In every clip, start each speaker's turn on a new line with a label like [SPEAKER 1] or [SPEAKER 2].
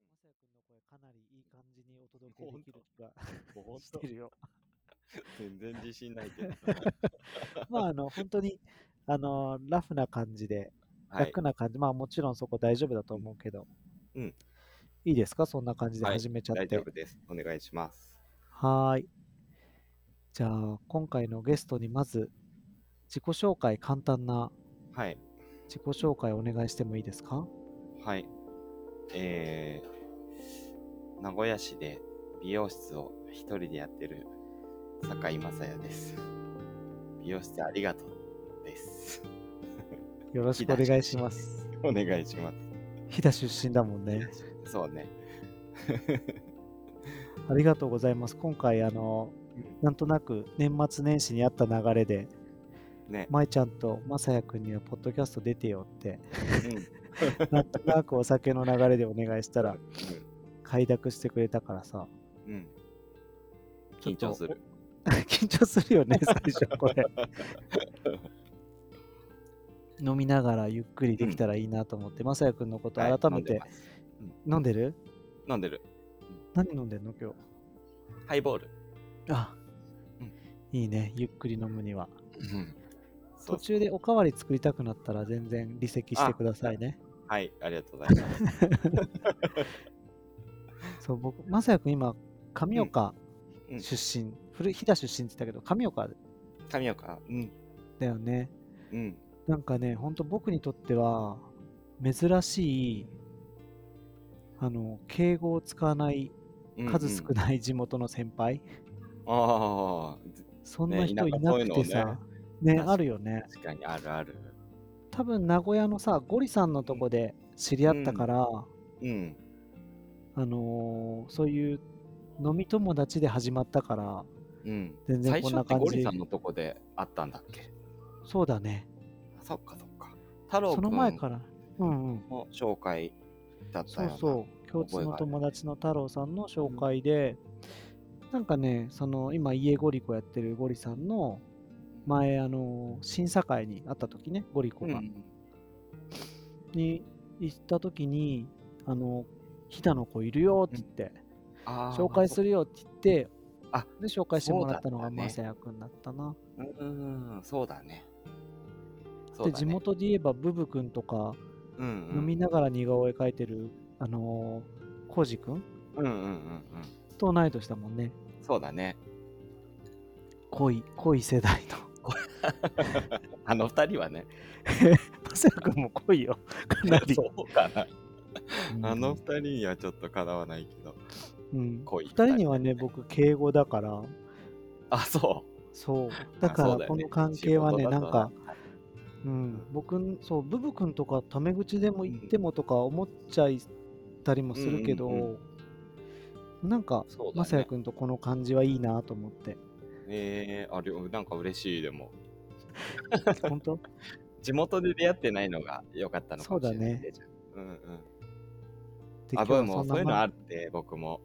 [SPEAKER 1] の声かなりいい感じにお届け
[SPEAKER 2] ほ
[SPEAKER 1] で
[SPEAKER 2] ん
[SPEAKER 1] き
[SPEAKER 2] と
[SPEAKER 1] る気が
[SPEAKER 2] ほん
[SPEAKER 1] し
[SPEAKER 2] と
[SPEAKER 1] てるよ。
[SPEAKER 2] 全然自信ないけど。
[SPEAKER 1] まあ、あの、本当に、あの、ラフな感じで、
[SPEAKER 2] はい
[SPEAKER 1] 楽。な感じ、まあもちろんそこ大丈夫だと思うけど、
[SPEAKER 2] うん。
[SPEAKER 1] いいですかそんな感じで
[SPEAKER 2] はい
[SPEAKER 1] 始めちゃっ
[SPEAKER 2] 大
[SPEAKER 1] て。
[SPEAKER 2] 丈
[SPEAKER 1] は
[SPEAKER 2] 夫です。お願いします。
[SPEAKER 1] ーい。じゃあ、今回のゲストにまず、自己紹介、簡単な
[SPEAKER 2] はい。
[SPEAKER 1] 自己紹介お願いしてもいいですか
[SPEAKER 2] はい。えー、名古屋市で美容室を一人でやってる酒井雅也です。美容室ありがとうです。
[SPEAKER 1] よろしくお願いします。
[SPEAKER 2] お願いします。
[SPEAKER 1] 飛騨出身だもんね。
[SPEAKER 2] そうね。
[SPEAKER 1] ありがとうございます。今回、あの、なんとなく年末年始にあった流れで、
[SPEAKER 2] ね。
[SPEAKER 1] 舞ちゃんとまさやくんにはポッドキャスト出てよって、
[SPEAKER 2] うん
[SPEAKER 1] なんとなくお酒の流れでお願いしたら、快諾してくれたからさ、
[SPEAKER 2] うん。うん。
[SPEAKER 1] ちょっと
[SPEAKER 2] 緊張する。
[SPEAKER 1] 緊張するよね、最初こ れ。飲みながらゆっくりできたらいいなと思って、まさやくんのこと
[SPEAKER 2] はい
[SPEAKER 1] 改めて、
[SPEAKER 2] 飲んでます
[SPEAKER 1] 飲んでる
[SPEAKER 2] 飲んでる。
[SPEAKER 1] 何飲んでんの今日。
[SPEAKER 2] ハイボール。
[SPEAKER 1] あ、
[SPEAKER 2] うん
[SPEAKER 1] いいね、ゆっくり飲むには。
[SPEAKER 2] うん。そ
[SPEAKER 1] 途
[SPEAKER 2] う
[SPEAKER 1] 中でおかわり作りたくなったら全然離席してくださいね。
[SPEAKER 2] はい。ありがとうございます。
[SPEAKER 1] そう、僕、まさやくん今、神岡
[SPEAKER 2] うんうん
[SPEAKER 1] 出身、古い飛騨出身って言ったけど、神岡
[SPEAKER 2] 神岡。うん。
[SPEAKER 1] だよね。
[SPEAKER 2] うん。
[SPEAKER 1] なんかね、ほんと僕にとっては、珍しい、あの、敬語を使わない、数少
[SPEAKER 2] い。
[SPEAKER 1] ない地元の先輩、
[SPEAKER 2] ああ、
[SPEAKER 1] そんな人い
[SPEAKER 2] ね
[SPEAKER 1] なくて
[SPEAKER 2] 田舎
[SPEAKER 1] さ
[SPEAKER 2] そ、
[SPEAKER 1] ね、
[SPEAKER 2] 確かに
[SPEAKER 1] あるよね。
[SPEAKER 2] 確かにあるある。
[SPEAKER 1] 多分、名古屋のさ、ゴリさんのとこで知り合ったから、
[SPEAKER 2] うん。
[SPEAKER 1] あのーそういう飲み友達で始まったから、
[SPEAKER 2] うん。
[SPEAKER 1] 全然
[SPEAKER 2] 最
[SPEAKER 1] こん
[SPEAKER 2] 初
[SPEAKER 1] な
[SPEAKER 2] って
[SPEAKER 1] 感
[SPEAKER 2] ゴリ
[SPEAKER 1] じ
[SPEAKER 2] さ。んのとこで会ったんだっけ
[SPEAKER 1] そうだね。
[SPEAKER 2] あそっかそっか。太郎
[SPEAKER 1] そ
[SPEAKER 2] く
[SPEAKER 1] の
[SPEAKER 2] ん
[SPEAKER 1] 前から。うんうん。
[SPEAKER 2] の紹介だった
[SPEAKER 1] そ
[SPEAKER 2] よ
[SPEAKER 1] う
[SPEAKER 2] な。
[SPEAKER 1] そう共通の友達の太郎さんの紹介で、なんかねその今家ゴリコやってるゴリさんの前あの審査会に会った時ねゴリコ
[SPEAKER 2] うん。
[SPEAKER 1] が、に行った時にあの飛騨の子いるよって言って、
[SPEAKER 2] あー
[SPEAKER 1] 紹介するよって言って
[SPEAKER 2] あ
[SPEAKER 1] で紹介してもらったの
[SPEAKER 2] そ
[SPEAKER 1] が
[SPEAKER 2] うだったね
[SPEAKER 1] まさやくんだったな。
[SPEAKER 2] うん、そうだね。そう
[SPEAKER 1] で
[SPEAKER 2] だね
[SPEAKER 1] 地元で言えばブブくんとか、
[SPEAKER 2] うんうん
[SPEAKER 1] 飲みながら似顔絵描いてるあのコージくん
[SPEAKER 2] うんうんうんうん。
[SPEAKER 1] と同い年だもんね。
[SPEAKER 2] そうだね。
[SPEAKER 1] 濃い濃い世代の。
[SPEAKER 2] あの二人はね。
[SPEAKER 1] パセラ君も濃いよ。か なり。
[SPEAKER 2] そうかな。あの二人にはちょっとかなわないけど。
[SPEAKER 1] うん、
[SPEAKER 2] 濃い
[SPEAKER 1] 2人にはね、僕、敬語だから、
[SPEAKER 2] あ、そ
[SPEAKER 1] そう。
[SPEAKER 2] う。
[SPEAKER 1] だか
[SPEAKER 2] あそう
[SPEAKER 1] ら、
[SPEAKER 2] よ
[SPEAKER 1] こ
[SPEAKER 2] ね
[SPEAKER 1] の関係はね、
[SPEAKER 2] 仕
[SPEAKER 1] な
[SPEAKER 2] 事だ
[SPEAKER 1] ん
[SPEAKER 2] と
[SPEAKER 1] か、うん、僕、そう、ブブ君とか、タメ口でも言ってもとか思っちゃったりもするけど、
[SPEAKER 2] うんうん
[SPEAKER 1] なんか、
[SPEAKER 2] そうだね
[SPEAKER 1] まさや君とこの感じはいいなと思 って。
[SPEAKER 2] えー、あれ、なんか嬉しい、でも。
[SPEAKER 1] 本当
[SPEAKER 2] 地元で出会ってないのが良かったのかもしれない、ね。うんうん。
[SPEAKER 1] で
[SPEAKER 2] あ、
[SPEAKER 1] 今日は
[SPEAKER 2] 僕も
[SPEAKER 1] ん
[SPEAKER 2] そ
[SPEAKER 1] な
[SPEAKER 2] ういうの
[SPEAKER 1] ま
[SPEAKER 2] あって、僕も。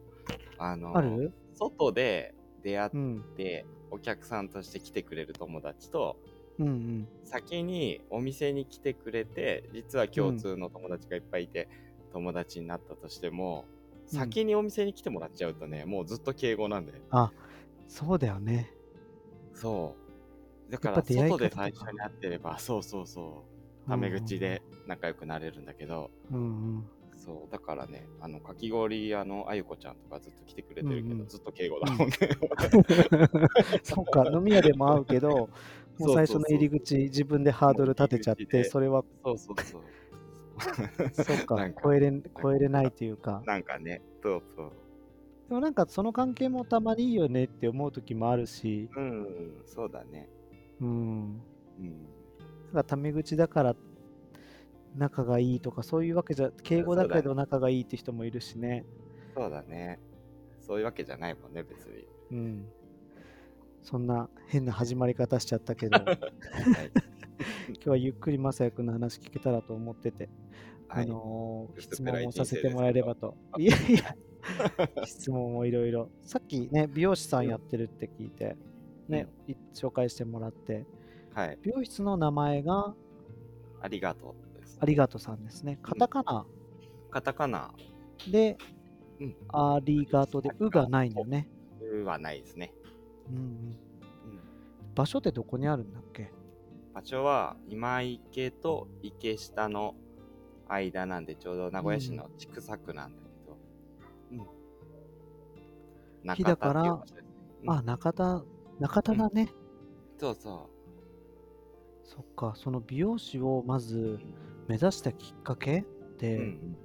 [SPEAKER 2] あの、
[SPEAKER 1] ある
[SPEAKER 2] 外で出会っ
[SPEAKER 1] うん。
[SPEAKER 2] て、お客さんとして来てくれる友達と、
[SPEAKER 1] うんうん。
[SPEAKER 2] 先にお店に来てくれて、実は共通の友達がいっぱいいて、友達になったとしても、
[SPEAKER 1] うん
[SPEAKER 2] 先にお店に来てもらっちゃうとね、もうずっと敬語なんで。
[SPEAKER 1] そうだよね。
[SPEAKER 2] そう。だか
[SPEAKER 1] や
[SPEAKER 2] ら、
[SPEAKER 1] っぱ出会い方
[SPEAKER 2] 外
[SPEAKER 1] とか
[SPEAKER 2] で最初に会ってれば、そうそうそう。タメ口で仲良くなれるんだけど、
[SPEAKER 1] うんうん。
[SPEAKER 2] そう、だからね、あの、かき氷屋のあゆこちゃんとかずっと来てくれてるけど、
[SPEAKER 1] うんうん
[SPEAKER 2] ずっと敬語だもんね。
[SPEAKER 1] そうか、飲み屋でも会うけど、もう最初の入り口、自分でハードル立てちゃっ
[SPEAKER 2] もう入り
[SPEAKER 1] て、
[SPEAKER 2] 口で
[SPEAKER 1] それは、
[SPEAKER 2] そうそうそう。
[SPEAKER 1] そう
[SPEAKER 2] な
[SPEAKER 1] か
[SPEAKER 2] んか、
[SPEAKER 1] 超えれん超えれないというか、
[SPEAKER 2] なんかね、そうそう。
[SPEAKER 1] でもなんかその関係もたまにいいよねって思う時もあるし、
[SPEAKER 2] うん、そうだね。
[SPEAKER 1] うん、
[SPEAKER 2] うん。
[SPEAKER 1] だからタメ口だから仲がいいとか、そういうわけじゃ、敬語だけど仲がいいって人もいるしね。
[SPEAKER 2] そうだね。そういうわけじゃないもんね、別に。
[SPEAKER 1] うん。そんな変な始まり方しちゃった けど、今
[SPEAKER 2] はい。
[SPEAKER 1] 日はゆっくりまさやくんの話聞けたらと思ってて。
[SPEAKER 2] は
[SPEAKER 1] あ
[SPEAKER 2] い、
[SPEAKER 1] のー
[SPEAKER 2] 薄
[SPEAKER 1] 質
[SPEAKER 2] っぺらい
[SPEAKER 1] 問をさせてもらえれば と。いやいや、質問もいろいろ。さっきね、美容師さんやってるって聞いて、ね、い紹介してもらって、
[SPEAKER 2] はい。
[SPEAKER 1] 美容室の名前が
[SPEAKER 2] ありがとうです
[SPEAKER 1] あ。りがとさんですね。カタカナ
[SPEAKER 2] カタカナ。
[SPEAKER 1] で、
[SPEAKER 2] うん。
[SPEAKER 1] ありがとうで、うがないんだよね。
[SPEAKER 2] うはないですね。
[SPEAKER 1] うんうん、
[SPEAKER 2] うん。
[SPEAKER 1] 場所ってどこにあるんだっけ
[SPEAKER 2] 場所は今池と池下の間なんでちょうど名古屋市の千種区なんだけど、うん、
[SPEAKER 1] 日だから
[SPEAKER 2] 中田っていう場所ですねうん
[SPEAKER 1] あ、中田、中田だね。
[SPEAKER 2] そうそ
[SPEAKER 1] そっか、その美容師をまず目指したきっかけって、
[SPEAKER 2] う、うん、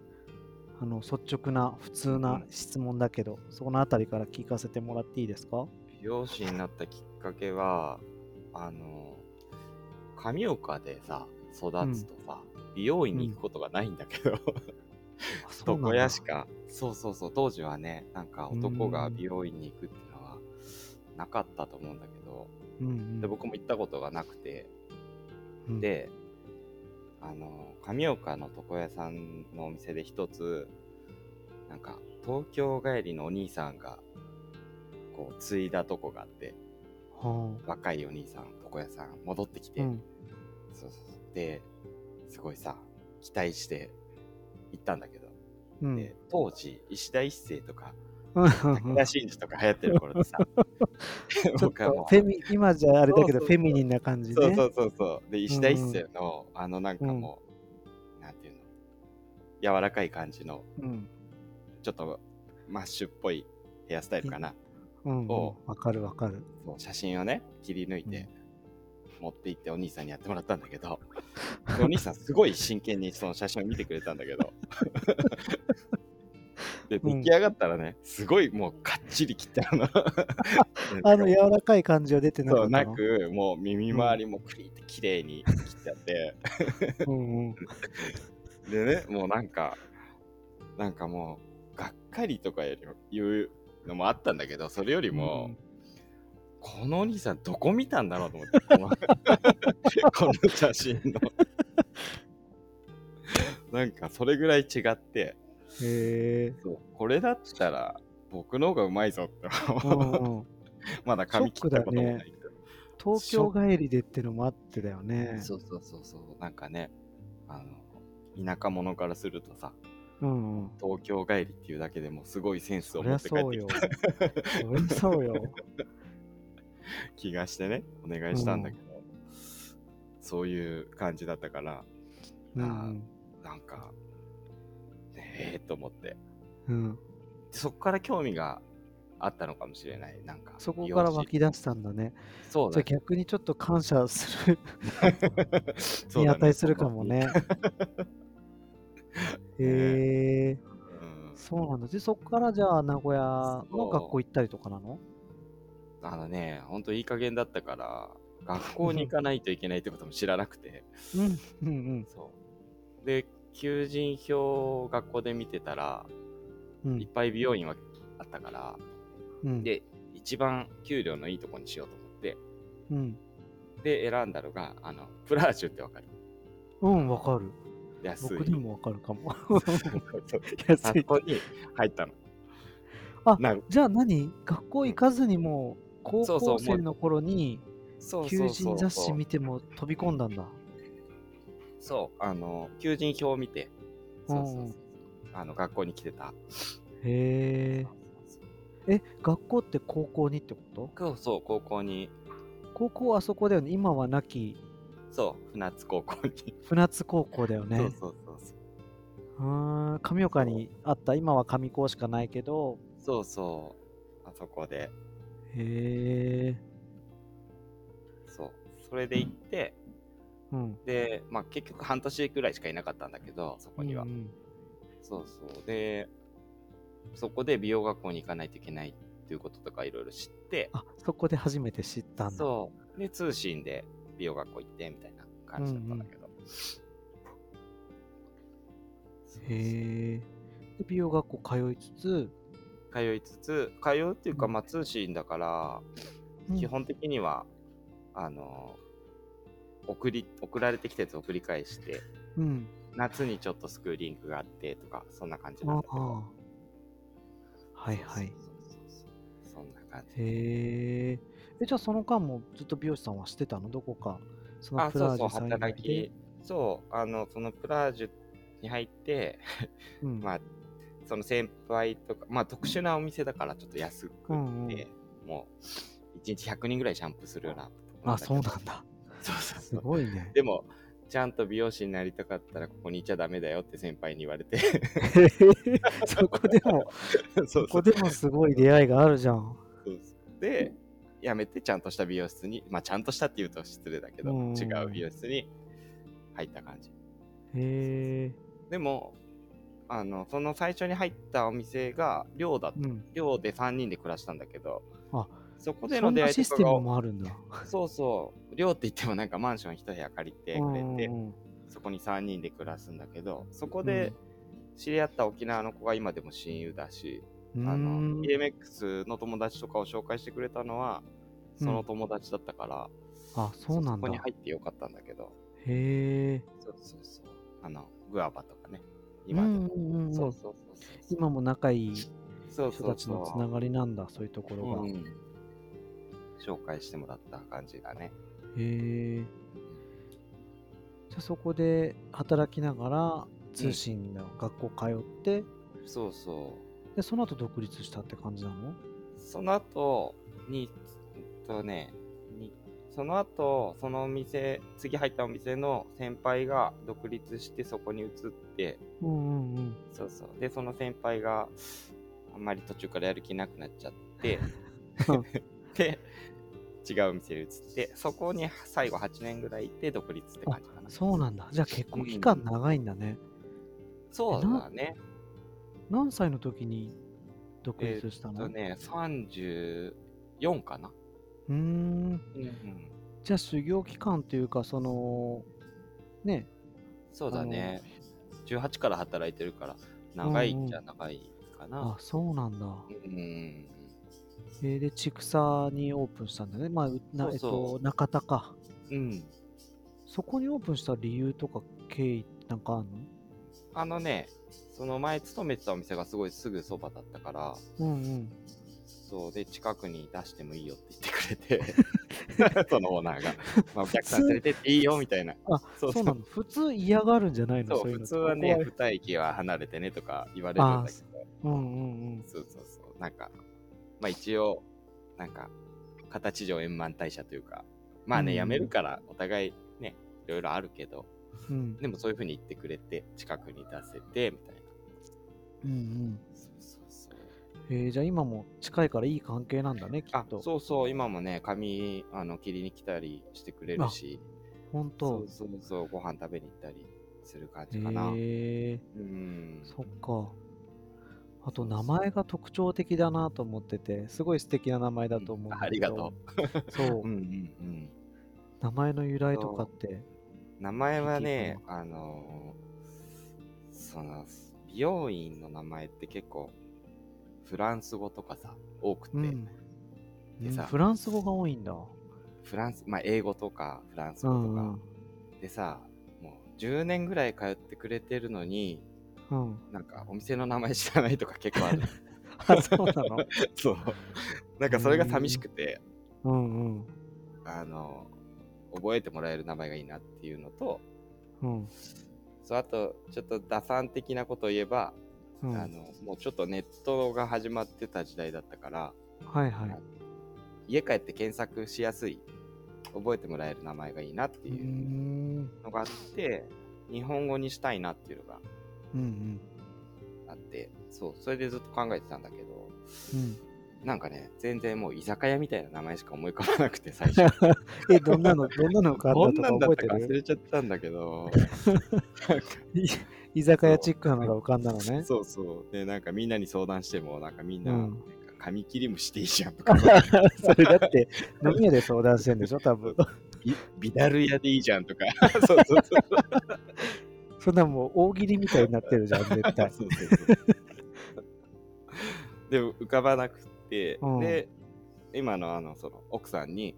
[SPEAKER 1] あの率直な普通な質問だけど、そこのあたりから聞かせてもらっていいですか
[SPEAKER 2] 美容師になったきっかけはあの神岡でさ育つとさ、美容院に行くことがないんだけ ど、
[SPEAKER 1] あそうなんだ
[SPEAKER 2] 床屋しかそうそうそう当時はねなんか男が美容院に行くっていうのはなかったと思うんだけど、
[SPEAKER 1] うんうん
[SPEAKER 2] で僕も行ったことがなくて、
[SPEAKER 1] うん
[SPEAKER 2] であの神岡の床屋さんのお店で一つなんか東京帰りのお兄さんがこう継いだとこがあって
[SPEAKER 1] は
[SPEAKER 2] 若いお兄さん床屋さん戻ってきて、
[SPEAKER 1] あうん
[SPEAKER 2] そうそうそうですごいさ期待して行ったんだけど、
[SPEAKER 1] うん
[SPEAKER 2] で当時石田一生とか
[SPEAKER 1] うん
[SPEAKER 2] 武田真治とか流行ってる頃 でさ
[SPEAKER 1] ちょっ
[SPEAKER 2] 僕は
[SPEAKER 1] と
[SPEAKER 2] も
[SPEAKER 1] フ
[SPEAKER 2] う
[SPEAKER 1] ェミ今じゃあれだけど
[SPEAKER 2] そうそうそう
[SPEAKER 1] フェミニンな感じね
[SPEAKER 2] そうそうそうそう。で、石田一
[SPEAKER 1] うん
[SPEAKER 2] 世の、あの、なんかもう、なんていうの、柔らかい感じの、
[SPEAKER 1] うん
[SPEAKER 2] ちょっとマッシュっぽいヘアスタイルかな。
[SPEAKER 1] うんうん
[SPEAKER 2] そ
[SPEAKER 1] わかるわかる
[SPEAKER 2] そう写真をね、切り抜いて、持って行ってお兄さんにやってもらったんだけど、でお兄さんすごい真剣にその写真を見てくれたんだけ ど。で、
[SPEAKER 1] う
[SPEAKER 2] 出
[SPEAKER 1] ん
[SPEAKER 2] 来上がったらね、すごいもうかっちり切ったあの。
[SPEAKER 1] あの柔らかい感じは出てな
[SPEAKER 2] そ
[SPEAKER 1] か
[SPEAKER 2] う
[SPEAKER 1] った
[SPEAKER 2] な
[SPEAKER 1] の
[SPEAKER 2] く、もう耳周りもクリって綺麗に切っちゃって、
[SPEAKER 1] うんうん
[SPEAKER 2] でね、もうなんか、なんかもう、がっかりとかよりも言うのもあったんだけど、それよりも、このお兄さんどこ見たんだろうと思 って、このこの写真の。なんかそれぐらい違って、
[SPEAKER 1] へえ
[SPEAKER 2] そうこれだったら僕の方がうまいぞって
[SPEAKER 1] うん
[SPEAKER 2] 思う、
[SPEAKER 1] う ん
[SPEAKER 2] まだ髪切ったこともないけど、
[SPEAKER 1] 東京帰りでってのもあってだよね
[SPEAKER 2] そうそうそうそう、なんかね、あの、田舎者からするとさ、
[SPEAKER 1] うんうん
[SPEAKER 2] 東京帰りっていうだけでもすごいセンス
[SPEAKER 1] そ
[SPEAKER 2] を
[SPEAKER 1] り
[SPEAKER 2] 持
[SPEAKER 1] ゃ
[SPEAKER 2] って帰って
[SPEAKER 1] そう
[SPEAKER 2] きて
[SPEAKER 1] よそりゃそうよ
[SPEAKER 2] 気がしてねお願いしたんだけど、そういう感じだったから
[SPEAKER 1] うん
[SPEAKER 2] なんかええー、と思って
[SPEAKER 1] うん
[SPEAKER 2] そこから興味があったのかもしれないなんか
[SPEAKER 1] そこから湧き
[SPEAKER 2] 出
[SPEAKER 1] 出したんだね
[SPEAKER 2] そう
[SPEAKER 1] じ
[SPEAKER 2] だ
[SPEAKER 1] ゃあ
[SPEAKER 2] ね
[SPEAKER 1] 逆にちょっと感謝する
[SPEAKER 2] そう
[SPEAKER 1] に
[SPEAKER 2] だね
[SPEAKER 1] 値するかも ねへえ
[SPEAKER 2] うん
[SPEAKER 1] そうなんだ。で、そこからじゃあ、名古屋の学校行ったりとかなの
[SPEAKER 2] あのねほんといい加減だったから学校に行かないといけないってことも知らなくて
[SPEAKER 1] うん、うん、
[SPEAKER 2] そうで求人票を学校で見てたら
[SPEAKER 1] う
[SPEAKER 2] いっ
[SPEAKER 1] ん。
[SPEAKER 2] ぱい美容院はあったから
[SPEAKER 1] うん、
[SPEAKER 2] で一番給料のいいとこにしようと思って
[SPEAKER 1] うん。
[SPEAKER 2] で選んだのがあのプラージュってわかる
[SPEAKER 1] うん、わかる。
[SPEAKER 2] 安い
[SPEAKER 1] 僕でもわかるかも。
[SPEAKER 2] そう
[SPEAKER 1] 安
[SPEAKER 2] あそ
[SPEAKER 1] い。
[SPEAKER 2] こに入ったの
[SPEAKER 1] あ
[SPEAKER 2] なん
[SPEAKER 1] じゃあ何学校行かずにもう、高
[SPEAKER 2] そうそ
[SPEAKER 1] 校
[SPEAKER 2] うも
[SPEAKER 1] 生
[SPEAKER 2] う
[SPEAKER 1] の頃に、
[SPEAKER 2] そうそ
[SPEAKER 1] 求
[SPEAKER 2] うそ
[SPEAKER 1] 人
[SPEAKER 2] う
[SPEAKER 1] 雑誌見ても飛び込んだんだ。
[SPEAKER 2] そうあの求人票を見てそうそう
[SPEAKER 1] う
[SPEAKER 2] そ
[SPEAKER 1] ん
[SPEAKER 2] うあの学校に来てた
[SPEAKER 1] へえ。え、学校って高校にってこと
[SPEAKER 2] そうそう高校に
[SPEAKER 1] 高校はあそこだよね。今はなき
[SPEAKER 2] そう船津高校に、
[SPEAKER 1] 船津高校だよね。
[SPEAKER 2] そうそうそうそう
[SPEAKER 1] うーん、神岡にあった。今は上高しかないけど、
[SPEAKER 2] そうそうあそこで
[SPEAKER 1] へえ。
[SPEAKER 2] そうそれで行って、
[SPEAKER 1] うん。
[SPEAKER 2] でまあ結局半年くらいしかいなかったんだけどそこには、
[SPEAKER 1] うん
[SPEAKER 2] そうそう。で、そこで美容学校に行かないといけないっていうこととかいろいろ知って、
[SPEAKER 1] あそこで初めて知ったんだ。
[SPEAKER 2] そう。で、通信で美容学校行ってみたいな感じだったんだけど。そうそ
[SPEAKER 1] へ
[SPEAKER 2] う
[SPEAKER 1] え。で美容学校通いつつ、
[SPEAKER 2] 通いつつ、通うっていうか、
[SPEAKER 1] うん
[SPEAKER 2] まあ通信だから、基本的には、あの、送り、送られてきたやつを送り返して、
[SPEAKER 1] うん。
[SPEAKER 2] 夏にちょっとスクーリングがあってとか、そんな感じ
[SPEAKER 1] あ
[SPEAKER 2] なんだけど。
[SPEAKER 1] あ。はいはい。
[SPEAKER 2] そうそうそうそう。そんな感じ。
[SPEAKER 1] へえ。え、じゃあその間もずっと美容師さんはしてたのどこか。その
[SPEAKER 2] あ、
[SPEAKER 1] プ
[SPEAKER 2] そ
[SPEAKER 1] ラー
[SPEAKER 2] う
[SPEAKER 1] ジ
[SPEAKER 2] そう、
[SPEAKER 1] ュさん以外
[SPEAKER 2] 働
[SPEAKER 1] で
[SPEAKER 2] き。そう、あの、そのプラージュに入って、
[SPEAKER 1] うん。
[SPEAKER 2] まあ、その先輩とか、まあ特殊なお店だからちょっと安くて、
[SPEAKER 1] うんうん
[SPEAKER 2] もう1日100人ぐらいシャンプーするような。
[SPEAKER 1] あ、そうなんだ。
[SPEAKER 2] そうそう
[SPEAKER 1] す
[SPEAKER 2] そう。
[SPEAKER 1] ごい ね。
[SPEAKER 2] でも、ちゃんと美容師になりたかったらここにいちゃダメだよって先輩に言われて。
[SPEAKER 1] そこでも、
[SPEAKER 2] そうそ
[SPEAKER 1] そ
[SPEAKER 2] う
[SPEAKER 1] こでもすごい出会いがあるじゃん。
[SPEAKER 2] そうそうで辞めてちゃんとした美容室にまあちゃんとしたって言うと失礼だけど、
[SPEAKER 1] うん
[SPEAKER 2] 違う美容室に入った感じ
[SPEAKER 1] へえ。
[SPEAKER 2] でもあのその最初に入ったお店が寮だ
[SPEAKER 1] うん。
[SPEAKER 2] 寮で3人で暮らしたんだけど
[SPEAKER 1] あ
[SPEAKER 2] そこで
[SPEAKER 1] そ
[SPEAKER 2] の
[SPEAKER 1] ん
[SPEAKER 2] 出
[SPEAKER 1] な
[SPEAKER 2] 会いと
[SPEAKER 1] システ
[SPEAKER 2] か
[SPEAKER 1] ム
[SPEAKER 2] が
[SPEAKER 1] もあるんだ。
[SPEAKER 2] そうそう寮って言ってもなんかマンション一部屋借りてくれて、
[SPEAKER 1] うんうん
[SPEAKER 2] そこに3人で暮らすんだけどそこで知り合った沖縄の子が今でも親友だし、
[SPEAKER 1] うん
[SPEAKER 2] あの
[SPEAKER 1] うーん
[SPEAKER 2] BMX の友達とかを紹介してくれたのはその友達だったから、
[SPEAKER 1] あ、そうなん
[SPEAKER 2] こ
[SPEAKER 1] だ。
[SPEAKER 2] に
[SPEAKER 1] へ
[SPEAKER 2] 入ってよかったんだけど
[SPEAKER 1] え。
[SPEAKER 2] そうそうそうあのグアバとかね今
[SPEAKER 1] 今
[SPEAKER 2] で
[SPEAKER 1] うん
[SPEAKER 2] も、
[SPEAKER 1] うんうん
[SPEAKER 2] そうそうそうそう
[SPEAKER 1] 今も仲いい
[SPEAKER 2] そ
[SPEAKER 1] 人
[SPEAKER 2] うそ
[SPEAKER 1] た
[SPEAKER 2] う
[SPEAKER 1] ちのつ
[SPEAKER 2] そ
[SPEAKER 1] な
[SPEAKER 2] う
[SPEAKER 1] がりなんだ、そういうところが。
[SPEAKER 2] う
[SPEAKER 1] へ
[SPEAKER 2] ん紹介してもらった感じだね
[SPEAKER 1] え。じゃあそこで働きながら通信の学校通って、
[SPEAKER 2] そうそう
[SPEAKER 1] でその後独立したって感じなの
[SPEAKER 2] その後にえっとねにその後そのお店次入ったお店の先輩が独立してそこに移って
[SPEAKER 1] うんうんうん。
[SPEAKER 2] そうそう。で、その先輩が、あんまり途中からやる気なくなっちゃ って
[SPEAKER 1] うん、
[SPEAKER 2] で、違うお店に移って、そこに最後8年ぐらいいて独立って感じかな。
[SPEAKER 1] そうなんだ。じゃあ結構期間長いんだね。
[SPEAKER 2] そうだね。
[SPEAKER 1] 何歳の時に独
[SPEAKER 2] え
[SPEAKER 1] 立
[SPEAKER 2] ー
[SPEAKER 1] した
[SPEAKER 2] っ
[SPEAKER 1] の、
[SPEAKER 2] とね、34かな。
[SPEAKER 1] うーん。
[SPEAKER 2] うん。
[SPEAKER 1] じゃあ修行期間というか、その、ね、
[SPEAKER 2] そうだね。18から働いてるから、長いっちゃ長いか
[SPEAKER 1] あ
[SPEAKER 2] な、。
[SPEAKER 1] そうなんだ。
[SPEAKER 2] うん。
[SPEAKER 1] えーで、千種にオープンしたんだね。まあ、うな
[SPEAKER 2] そうそ
[SPEAKER 1] え
[SPEAKER 2] う
[SPEAKER 1] っと、中田か。
[SPEAKER 2] うん。
[SPEAKER 1] そこにオープンした理由とか経緯ってなんかあるの
[SPEAKER 2] あのね、その前勤めてたお店がすごいすぐそばだったから、
[SPEAKER 1] うんうん。
[SPEAKER 2] そうで近くに出してもいいよって言って くれてそのオーナーが、まあ、お客さん連れてっていいよみたいな
[SPEAKER 1] あ
[SPEAKER 2] そう
[SPEAKER 1] そうなの。普通嫌がるんじゃないの
[SPEAKER 2] そう
[SPEAKER 1] い
[SPEAKER 2] 普
[SPEAKER 1] の
[SPEAKER 2] 通はね
[SPEAKER 1] こ
[SPEAKER 2] 二駅は離れてねとか言われるんだけど
[SPEAKER 1] こはうんうんうん。
[SPEAKER 2] そうそうそうなんかまあ一応なんか形上円満退社というかまあね、
[SPEAKER 1] うん
[SPEAKER 2] 辞めるからお互いねいろいろあるけど
[SPEAKER 1] うん
[SPEAKER 2] でもそういう風に言ってくれて近くに出せてみたいな
[SPEAKER 1] うんうん。
[SPEAKER 2] そうそうそう
[SPEAKER 1] えーじゃあ今も近いからいい関係なんだね、き
[SPEAKER 2] あ
[SPEAKER 1] っと。
[SPEAKER 2] そうそう今もね髪あの切りに来たりしてくれるし
[SPEAKER 1] 本
[SPEAKER 2] そ
[SPEAKER 1] 当
[SPEAKER 2] う。そうそう、ご飯食べに行ったりする感
[SPEAKER 1] へ
[SPEAKER 2] じかな。
[SPEAKER 1] え
[SPEAKER 2] うん。
[SPEAKER 1] そっか。あと名前が特徴的だなと思ってて、すごい素敵な名前だと思うんだけど。
[SPEAKER 2] ありがと
[SPEAKER 1] う。そう
[SPEAKER 2] う。んうんうん。
[SPEAKER 1] 名前の由来とかって。
[SPEAKER 2] 名前はね
[SPEAKER 1] 聞い、
[SPEAKER 2] あのーその、美容院の名前って結構、フランス語とかさ、多くて、
[SPEAKER 1] うん。う
[SPEAKER 2] で
[SPEAKER 1] ん
[SPEAKER 2] さ
[SPEAKER 1] フランス語が多いんだ。
[SPEAKER 2] フランス、まあ、英語とか、フランス
[SPEAKER 1] う
[SPEAKER 2] 語と
[SPEAKER 1] んう
[SPEAKER 2] か
[SPEAKER 1] ん。。
[SPEAKER 2] でさ、もう、10年ぐらい通ってくれてるのに、
[SPEAKER 1] うん。
[SPEAKER 2] なんか、お店の名前知らないとか結 構ある。
[SPEAKER 1] あ、そうなの
[SPEAKER 2] そう。なんか、それが寂しくて、
[SPEAKER 1] うんうん。
[SPEAKER 2] あの、覚えてもらえる名前がいいなっていうのと、
[SPEAKER 1] うん。
[SPEAKER 2] そうあと、ちょっと打算的なことを言えば、
[SPEAKER 1] うん。
[SPEAKER 2] あ
[SPEAKER 1] はい
[SPEAKER 2] の、もうちょっとネットが始まってた時代だったから、
[SPEAKER 1] はい。
[SPEAKER 2] 家帰って検索しやすい、覚えてもらえる名前がいいなって
[SPEAKER 1] うー。
[SPEAKER 2] いうんのがあって、日本語にしたいなっていうのが
[SPEAKER 1] うんうん。
[SPEAKER 2] あって、そう、それでずっと考えてたんだけど、
[SPEAKER 1] うん。
[SPEAKER 2] なんかね、全然もう居酒屋みたいな名前しか思い浮かばなくて、最初。
[SPEAKER 1] え、どんなの、どん なのがあ
[SPEAKER 2] ど
[SPEAKER 1] っ
[SPEAKER 2] ん
[SPEAKER 1] た
[SPEAKER 2] な
[SPEAKER 1] と
[SPEAKER 2] ん
[SPEAKER 1] か
[SPEAKER 2] だっ
[SPEAKER 1] 覚
[SPEAKER 2] たか
[SPEAKER 1] え
[SPEAKER 2] 忘
[SPEAKER 1] てる
[SPEAKER 2] れちゃったんだけど、
[SPEAKER 1] 居酒屋チックなのが浮かんだのね。
[SPEAKER 2] そうそう。で、なんかみんなに相談しても、なんかみんな、
[SPEAKER 1] うん
[SPEAKER 2] なんか髪切りもしていいじゃん とか、
[SPEAKER 1] それだって、飲み屋で相談してんでしょ、多分。
[SPEAKER 2] ビビダル屋でいいじゃんとか、 そうそうそう
[SPEAKER 1] そんなもう大喜利みたいになってるじゃん、絶対。
[SPEAKER 2] そうそうそう。でも浮かばなくて、
[SPEAKER 1] うん
[SPEAKER 2] で、今のあの、その、奥さんに、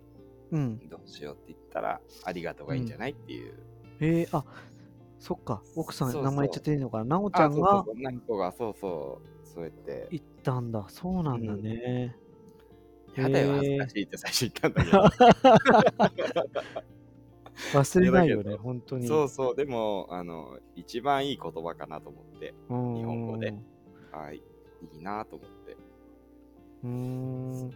[SPEAKER 1] うん。
[SPEAKER 2] どうしようって言ったら、ありがとうがいいんじゃないっていう。
[SPEAKER 1] えー、あそっか、奥さん、
[SPEAKER 2] そうそう
[SPEAKER 1] 名前言っちゃっていいのかな、なおちゃ
[SPEAKER 2] あ、
[SPEAKER 1] ん
[SPEAKER 2] そうそう
[SPEAKER 1] が
[SPEAKER 2] そう、女の子が、そうそう、そうやって、
[SPEAKER 1] 行ったんだ、そうなんだね。
[SPEAKER 2] やだよ、
[SPEAKER 1] へー
[SPEAKER 2] 恥ずかしいって最初言ったんだけ ど。
[SPEAKER 1] 忘れないよ
[SPEAKER 2] いやだけ
[SPEAKER 1] ね、
[SPEAKER 2] ど
[SPEAKER 1] 本当に。
[SPEAKER 2] そうそう、でも、あの、一番いい言葉かなと思って、
[SPEAKER 1] うん
[SPEAKER 2] 日本語で。はい。いいなと思って。
[SPEAKER 1] うーん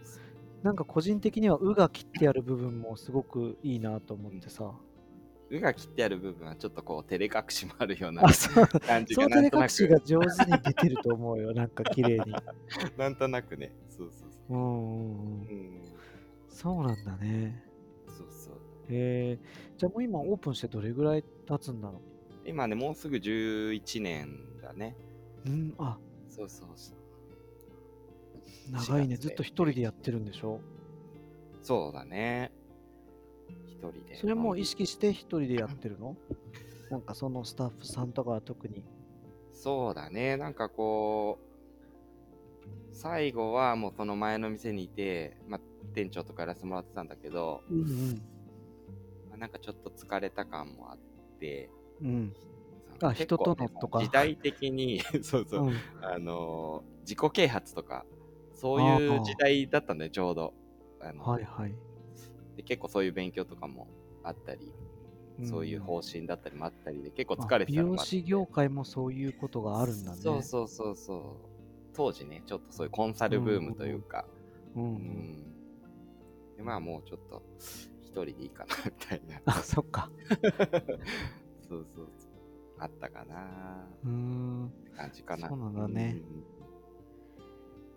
[SPEAKER 1] なんか個人的には「う」が切ってやる部分もすごくいいなと思ってさ、
[SPEAKER 2] うが切ってある部分はちょっとこう照れ隠しもあるよう な
[SPEAKER 1] あそう
[SPEAKER 2] 感じ
[SPEAKER 1] そ
[SPEAKER 2] が
[SPEAKER 1] の照
[SPEAKER 2] なん
[SPEAKER 1] れ
[SPEAKER 2] とな
[SPEAKER 1] 隠しが
[SPEAKER 2] く、
[SPEAKER 1] 上手に出てると思うよなんか綺麗 に
[SPEAKER 2] なんとなくね。そうそうそ
[SPEAKER 1] う
[SPEAKER 2] う。
[SPEAKER 1] んうんう
[SPEAKER 2] うんん。
[SPEAKER 1] そうなんだね
[SPEAKER 2] そうそう。
[SPEAKER 1] えー、じゃあもう今オープンしてどれぐらい経つんだろ
[SPEAKER 2] 今ね、もうすぐ11年だね。
[SPEAKER 1] ううんあ
[SPEAKER 2] そうそうそう。
[SPEAKER 1] 長い
[SPEAKER 2] 4
[SPEAKER 1] ね
[SPEAKER 2] 月
[SPEAKER 1] ずっと一人でやってるんでしょ
[SPEAKER 2] そうだね。一人で。
[SPEAKER 1] それも意識して一人でやってるのなんかそのスタッフさんとかは特に
[SPEAKER 2] そうだね。なんかこう、最後はもうその前の店にいて、まあ、店長とかやらせてもらってたんだけど、
[SPEAKER 1] うんうん
[SPEAKER 2] まあなんかちょっと疲れた感もあって、
[SPEAKER 1] うん
[SPEAKER 2] その
[SPEAKER 1] あ
[SPEAKER 2] 結構
[SPEAKER 1] 人とのとか
[SPEAKER 2] 時代的に、 そうそう、
[SPEAKER 1] うん
[SPEAKER 2] あのー、自己啓発とか、そうい
[SPEAKER 1] あー
[SPEAKER 2] う時代だったんだよ、ちょうど。あの
[SPEAKER 1] はいはい、
[SPEAKER 2] で結構そういう勉強とかもあったり、
[SPEAKER 1] ん
[SPEAKER 2] そういう方針だったりもあったりで、結構
[SPEAKER 1] あ
[SPEAKER 2] 疲れて
[SPEAKER 1] 美
[SPEAKER 2] たの
[SPEAKER 1] 容
[SPEAKER 2] もあって
[SPEAKER 1] 師業界もそういうことがあるんだね
[SPEAKER 2] そうそうそうそう。当時ね、ちょっとそういうコンサルブームというか、
[SPEAKER 1] う、うん
[SPEAKER 2] う
[SPEAKER 1] うん、
[SPEAKER 2] ん。で、まあもうちょっと、一人でいいかな、みたいな。
[SPEAKER 1] あそっか
[SPEAKER 2] そうそうそう。あったかな
[SPEAKER 1] うーん
[SPEAKER 2] って感じかな。
[SPEAKER 1] そうなんだね
[SPEAKER 2] うん。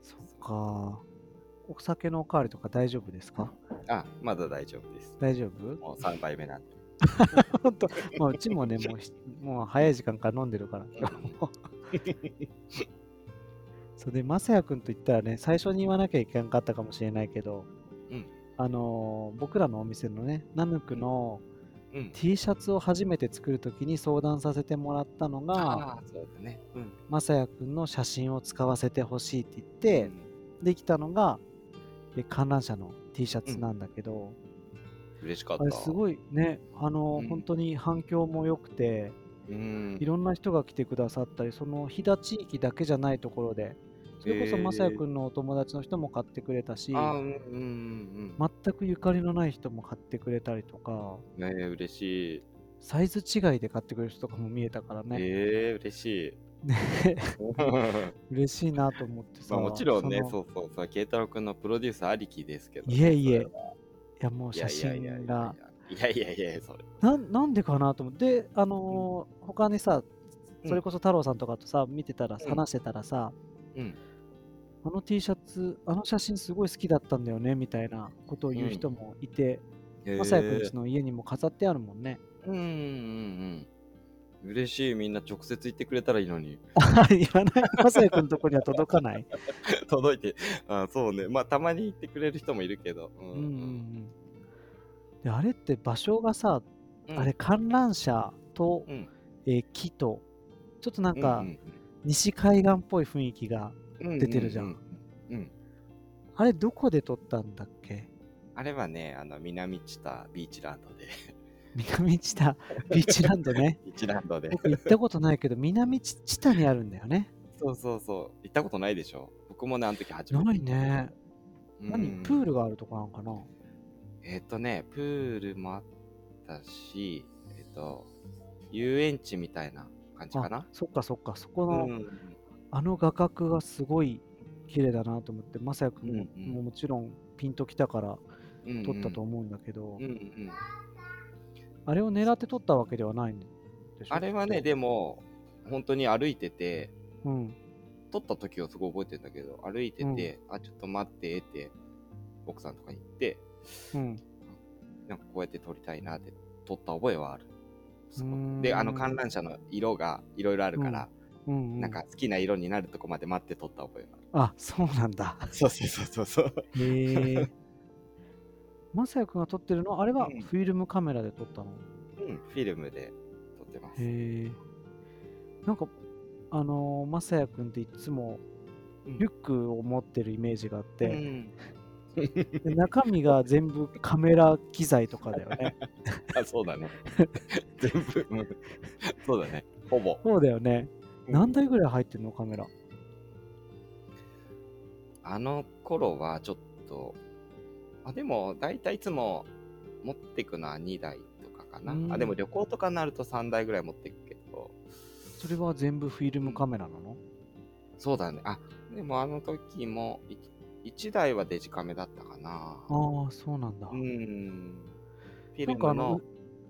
[SPEAKER 1] そっかお酒のおかわりとか大丈夫ですか
[SPEAKER 2] あ、まだ大丈夫です。
[SPEAKER 1] 大丈 夫
[SPEAKER 2] もう3杯目なんで。
[SPEAKER 1] 本当まあうちもねもうひもう早い時間から飲んでるから そうで、まさやくんと言ったらね、最初に言わなきゃいけなかったかもしれないけど、
[SPEAKER 2] うん
[SPEAKER 1] あのー僕らのお店のね、ナムクの
[SPEAKER 2] うん。
[SPEAKER 1] T シャツを初めて作るときに相談させてもらったのが、
[SPEAKER 2] ああ、そうだね。うん。
[SPEAKER 1] まさやくんの写真を使わせてほしいって言って、できたのが、え観覧車の T シャツなんだけど、
[SPEAKER 2] 嬉しかっ
[SPEAKER 1] あれ
[SPEAKER 2] た。
[SPEAKER 1] すごいね、あのー
[SPEAKER 2] うん
[SPEAKER 1] 本当に反響も良くて、
[SPEAKER 2] うん。
[SPEAKER 1] いろんな人が来てくださったり、その飛騨地域だけじゃないところで、それこそまさやく
[SPEAKER 2] ん
[SPEAKER 1] んのお友達の人も買ってくれたし、
[SPEAKER 2] あーうんうんうん
[SPEAKER 1] 全くゆかりのない人も買ってくれたりとか、
[SPEAKER 2] うん。ねえ嬉しい。
[SPEAKER 1] サイズ違いで買ってくれる人とかも見えたからね、
[SPEAKER 2] ええ嬉しい。
[SPEAKER 1] ね
[SPEAKER 2] ま
[SPEAKER 1] 嬉しいなと思ってさ、
[SPEAKER 2] あもちろんね、
[SPEAKER 1] の
[SPEAKER 2] そうそうそう、慶太郎君のプロデュースありきですけど、
[SPEAKER 1] いえいえ
[SPEAKER 2] それはい
[SPEAKER 1] やもう写
[SPEAKER 2] いやいや
[SPEAKER 1] 真
[SPEAKER 2] い
[SPEAKER 1] が
[SPEAKER 2] やいやいやいやいや、それ。
[SPEAKER 1] なん、なんでかなと思って、であのー他にさ、それこそ太郎さんとかとさ、見てたら、
[SPEAKER 2] うん
[SPEAKER 1] 話してたらさ、
[SPEAKER 2] うん。
[SPEAKER 1] あの T シャツ、あの写真すごい好きだったんだよねみたいなことを言う人もいて、まさやくんちの家にも飾ってあるもんね。
[SPEAKER 2] うんうんうんうん。嬉しい、みんな直接言ってくれたらいいのに。
[SPEAKER 1] 言わ ない、まさやくんとこには届かない。
[SPEAKER 2] 届いて、あそうね。まあ、たまに言ってくれる人もいるけど。 うん
[SPEAKER 1] うんうんうんであれって場所がさ、
[SPEAKER 2] うん
[SPEAKER 1] あれ観覧車と、
[SPEAKER 2] うん
[SPEAKER 1] えー木とちょっとなん
[SPEAKER 2] う
[SPEAKER 1] か
[SPEAKER 2] ん
[SPEAKER 1] 西海岸っぽい雰囲気が、
[SPEAKER 2] うんうん
[SPEAKER 1] 出てるじゃん
[SPEAKER 2] ううんうん。
[SPEAKER 1] あれどこで撮ったんだっけ
[SPEAKER 2] あれはね、あの、南知多ビーチランドで。
[SPEAKER 1] 南知多ビーチランドね
[SPEAKER 2] ビーチランドで。
[SPEAKER 1] 僕行ったことないけど南知知多にあるんだよね
[SPEAKER 2] そうそうそう。行ったことないでしょ僕もね、あの時初めて。
[SPEAKER 1] ないね、
[SPEAKER 2] うん
[SPEAKER 1] 何プールがあるとこなんかな
[SPEAKER 2] えっ、とね、プールもあったし、えっ、と、遊園地みたいな感じか
[SPEAKER 1] あ
[SPEAKER 2] な。
[SPEAKER 1] そっかそっかそこ
[SPEAKER 2] う
[SPEAKER 1] の、
[SPEAKER 2] ん。
[SPEAKER 1] あの画角がすごい綺麗だなと思ってまさやくんも,、
[SPEAKER 2] うんうん
[SPEAKER 1] もちろんピンときたから
[SPEAKER 2] うん
[SPEAKER 1] 撮ったと思うんだけど、
[SPEAKER 2] うんうん。
[SPEAKER 1] あれを狙って撮ったわけではないんでしょ
[SPEAKER 2] あれはね、、でも、本当に歩いてて、
[SPEAKER 1] うん、
[SPEAKER 2] 撮った時をすごい覚えてるんだけど、歩いてて、あ、ちょっと待ってって、奥さんとかに言って、
[SPEAKER 1] うん、
[SPEAKER 2] なんかこうやって撮りたいなって、撮った覚えはある。すご
[SPEAKER 1] う
[SPEAKER 2] く
[SPEAKER 1] ーん
[SPEAKER 2] で、あの観覧車の色がいろいろあるから、
[SPEAKER 1] うん、
[SPEAKER 2] なんか好きな色になるとこまで待って撮った覚えがあ
[SPEAKER 1] あそうなんだ
[SPEAKER 2] る。そうそうそうそうそう。
[SPEAKER 1] へ えまさやくんが撮ってるのはあれは
[SPEAKER 2] うん
[SPEAKER 1] フィルムカメラで撮ったの、
[SPEAKER 2] うん、フィルムで撮ってます。
[SPEAKER 1] へえなんかあのー、まさやくんっていつも
[SPEAKER 2] うん
[SPEAKER 1] リュックを持ってるイメージがあっ
[SPEAKER 2] う
[SPEAKER 1] て、
[SPEAKER 2] ん、
[SPEAKER 1] で中身が全部カメラ機材とかだよ ね
[SPEAKER 2] あそうだね。全部、うんそうだね。ほぼ。
[SPEAKER 1] そうだよね何台ぐらい入ってるのカメラ
[SPEAKER 2] あの頃はちょっと、あ、でも、だいたいいつも持ってくのは2台とかかな。
[SPEAKER 1] うん
[SPEAKER 2] あ、でも旅行とかになると3台ぐらい持ってくけど、
[SPEAKER 1] それは全部フィルムカメラなの
[SPEAKER 2] そうだね。あ、でもあの時も、1台はデジカメだったかな。
[SPEAKER 1] ああ、そうなんだ。
[SPEAKER 2] うん。フィ
[SPEAKER 1] な
[SPEAKER 2] ル
[SPEAKER 1] んかあ
[SPEAKER 2] ム
[SPEAKER 1] の
[SPEAKER 2] の、、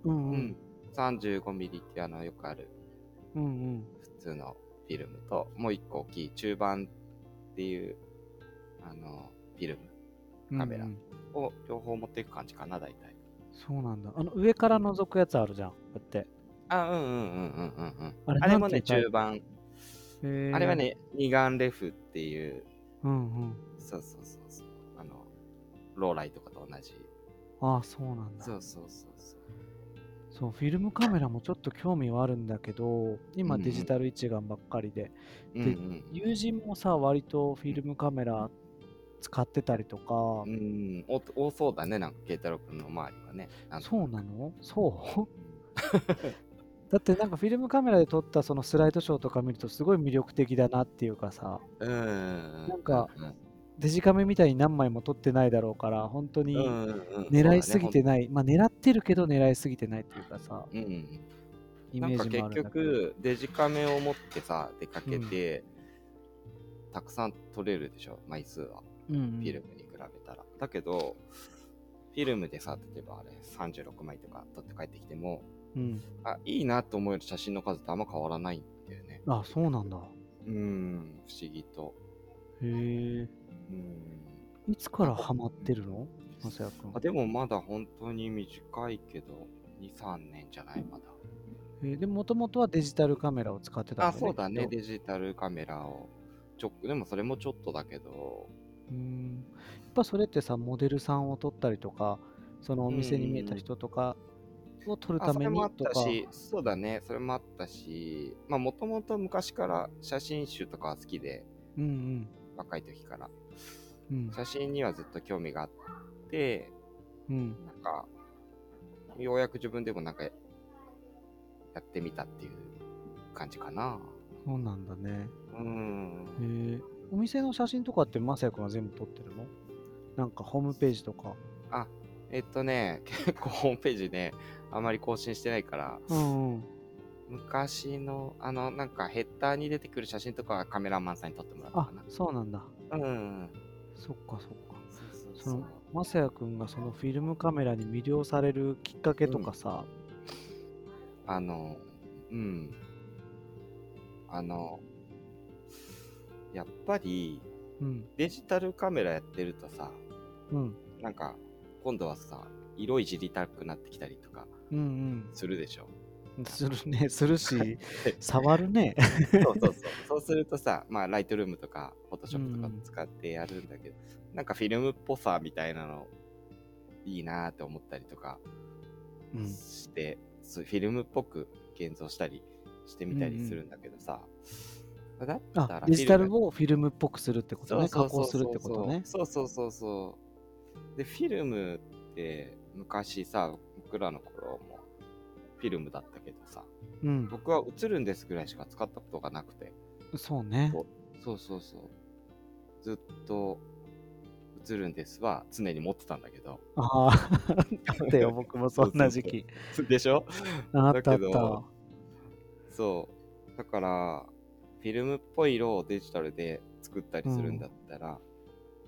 [SPEAKER 1] うん
[SPEAKER 2] う
[SPEAKER 1] うん
[SPEAKER 2] ん、35ミリってあの、よくある
[SPEAKER 1] うんうん。
[SPEAKER 2] 普通のフィルムと、もう一個大きい中盤っていう、あの、フィルム、カメラ
[SPEAKER 1] うんうん
[SPEAKER 2] を両方持っていく感じかな、大体。
[SPEAKER 1] そうなんだ。あの、上から覗くやつあるじゃん。こうやって。
[SPEAKER 2] あ、うんうんうんうんうんうん。
[SPEAKER 1] あれ
[SPEAKER 2] あれも
[SPEAKER 1] なん
[SPEAKER 2] ね、
[SPEAKER 1] ていう
[SPEAKER 2] 中盤。
[SPEAKER 1] へー
[SPEAKER 2] あれは。ね、二眼レフっていう、
[SPEAKER 1] うんうん。
[SPEAKER 2] そうそうそうそう、あの、ローライとかと同じ。
[SPEAKER 1] ああ、そうなんだ。
[SPEAKER 2] そうそうそうそう。
[SPEAKER 1] そう、フィルムカメラもちょっと興味はあるんだけど、今
[SPEAKER 2] うんうん
[SPEAKER 1] デジタル一眼ばっかりで、
[SPEAKER 2] うんうん。
[SPEAKER 1] 友人もさ、割とフィルムカメラ使ってたりとか、
[SPEAKER 2] うん、お多そうだね、なんか、慶太郎君の周りはね。なんと
[SPEAKER 1] そうなの そう
[SPEAKER 2] うん
[SPEAKER 1] だってなんかフィルムカメラで撮ったそのスライドショーとか見るとすごい魅力的だなっていうかさ
[SPEAKER 2] うん。
[SPEAKER 1] なんか
[SPEAKER 2] うん、
[SPEAKER 1] デジカメみたいに何枚も撮ってないだろうから本当に
[SPEAKER 2] うんうんうん
[SPEAKER 1] 狙いすぎて
[SPEAKER 2] そ
[SPEAKER 1] ない、まあ狙ってるけど狙いすぎてないっていうかさ
[SPEAKER 2] うだねほんうん。
[SPEAKER 1] イ
[SPEAKER 2] な
[SPEAKER 1] メ
[SPEAKER 2] ん
[SPEAKER 1] ー
[SPEAKER 2] か
[SPEAKER 1] ジもあ
[SPEAKER 2] 結
[SPEAKER 1] るんだけど
[SPEAKER 2] 局、デジカメを持ってさ、出かけて、たくさん撮れるでしょ、枚数は。
[SPEAKER 1] うんう
[SPEAKER 2] フ
[SPEAKER 1] ん
[SPEAKER 2] ィルムに比べたら。だけど、フィルムでさ、例えばあれ、36枚とか撮って帰ってきても、
[SPEAKER 1] うん
[SPEAKER 2] あ、いいなと思える写真の数ってあんま変わらないんだよね。
[SPEAKER 1] あそうなんだ
[SPEAKER 2] うん、不思議と。
[SPEAKER 1] へえ
[SPEAKER 2] うん。
[SPEAKER 1] いつからハマってるのまさやくん
[SPEAKER 2] あでもまだ本当に短いけど、2、3年じゃない、まだ。
[SPEAKER 1] えーでもともとはデジタルカメラを使ってたんだ
[SPEAKER 2] あ、
[SPEAKER 1] よね
[SPEAKER 2] そうだね、
[SPEAKER 1] きっと
[SPEAKER 2] デジタルカメラを。ちょでもそれもちょっとだけど、
[SPEAKER 1] うんやっぱそれってさモデルさんを撮ったりとかそのお店に見えた人とかを撮る
[SPEAKER 2] あ
[SPEAKER 1] た
[SPEAKER 2] そ
[SPEAKER 1] め
[SPEAKER 2] れ
[SPEAKER 1] に
[SPEAKER 2] もあっ
[SPEAKER 1] と
[SPEAKER 2] た
[SPEAKER 1] か
[SPEAKER 2] し、そうだね、それもあったし、まあもともと昔から写真集とかは好きで、
[SPEAKER 1] うん
[SPEAKER 2] 若い時から。
[SPEAKER 1] うんうん
[SPEAKER 2] 写真にはずっと興味があって、
[SPEAKER 1] うん
[SPEAKER 2] なんか、ようやく自分でもなんか、やってみたっていう感じかな。
[SPEAKER 1] そうなんだね
[SPEAKER 2] うん。
[SPEAKER 1] へえお店の写真とかってまさやくんは全部撮ってるのなんかホームページとか
[SPEAKER 2] あ、えっとね、 結構ホームページね、あまり更新してないから、
[SPEAKER 1] うんうん
[SPEAKER 2] 昔の、あの、なんかヘッダーに出てくる写真とかはカメラマンさんに撮ってもらった
[SPEAKER 1] あ
[SPEAKER 2] かな。
[SPEAKER 1] そうなんだ
[SPEAKER 2] うん。
[SPEAKER 1] そっかそっか
[SPEAKER 2] そうそう
[SPEAKER 1] そ
[SPEAKER 2] そう
[SPEAKER 1] の。まさやくんがそのフィルムカメラに魅了されるきっかけとかさ、
[SPEAKER 2] あの、うん。あの、やっぱり、
[SPEAKER 1] うん
[SPEAKER 2] デジタルカメラやってるとさ、
[SPEAKER 1] うん、
[SPEAKER 2] なんか、今度はさ、色いじりたくなってきたりとか
[SPEAKER 1] うんうん
[SPEAKER 2] するでしょ。
[SPEAKER 1] する ねするし触るね
[SPEAKER 2] そうそうそう。 そうするとさ、まあ、ライトルームとか、フォトショップと
[SPEAKER 1] う
[SPEAKER 2] か
[SPEAKER 1] んうん
[SPEAKER 2] 使ってやるんだけど、なんかフィルムっぽさみたいなの、いいなーって思ったりとか
[SPEAKER 1] うん
[SPEAKER 2] して、そうフィルムっぽく現像したりしてみたりするんだけどさ、だったら
[SPEAKER 1] あデジタ
[SPEAKER 2] フィルム
[SPEAKER 1] ルをフィルムっぽくするってことね
[SPEAKER 2] そ
[SPEAKER 1] 加
[SPEAKER 2] うそ
[SPEAKER 1] 工
[SPEAKER 2] う
[SPEAKER 1] す
[SPEAKER 2] そう
[SPEAKER 1] る
[SPEAKER 2] そう
[SPEAKER 1] ってことね
[SPEAKER 2] そうそうそうそうでフィルムって昔さ僕らの頃もフィルムだったけどさ
[SPEAKER 1] うん
[SPEAKER 2] 僕は映るんですぐらいしか使ったことがなくて
[SPEAKER 1] そうね
[SPEAKER 2] そうそうそうずっと映るんですは常に持ってたんだけど
[SPEAKER 1] あああったよ僕もそんな時期
[SPEAKER 2] でしょ
[SPEAKER 1] ああったあ
[SPEAKER 2] だ
[SPEAKER 1] っ
[SPEAKER 2] け
[SPEAKER 1] た
[SPEAKER 2] どそうだからフィルムっぽい色をデジタルで作ったりするんだったら、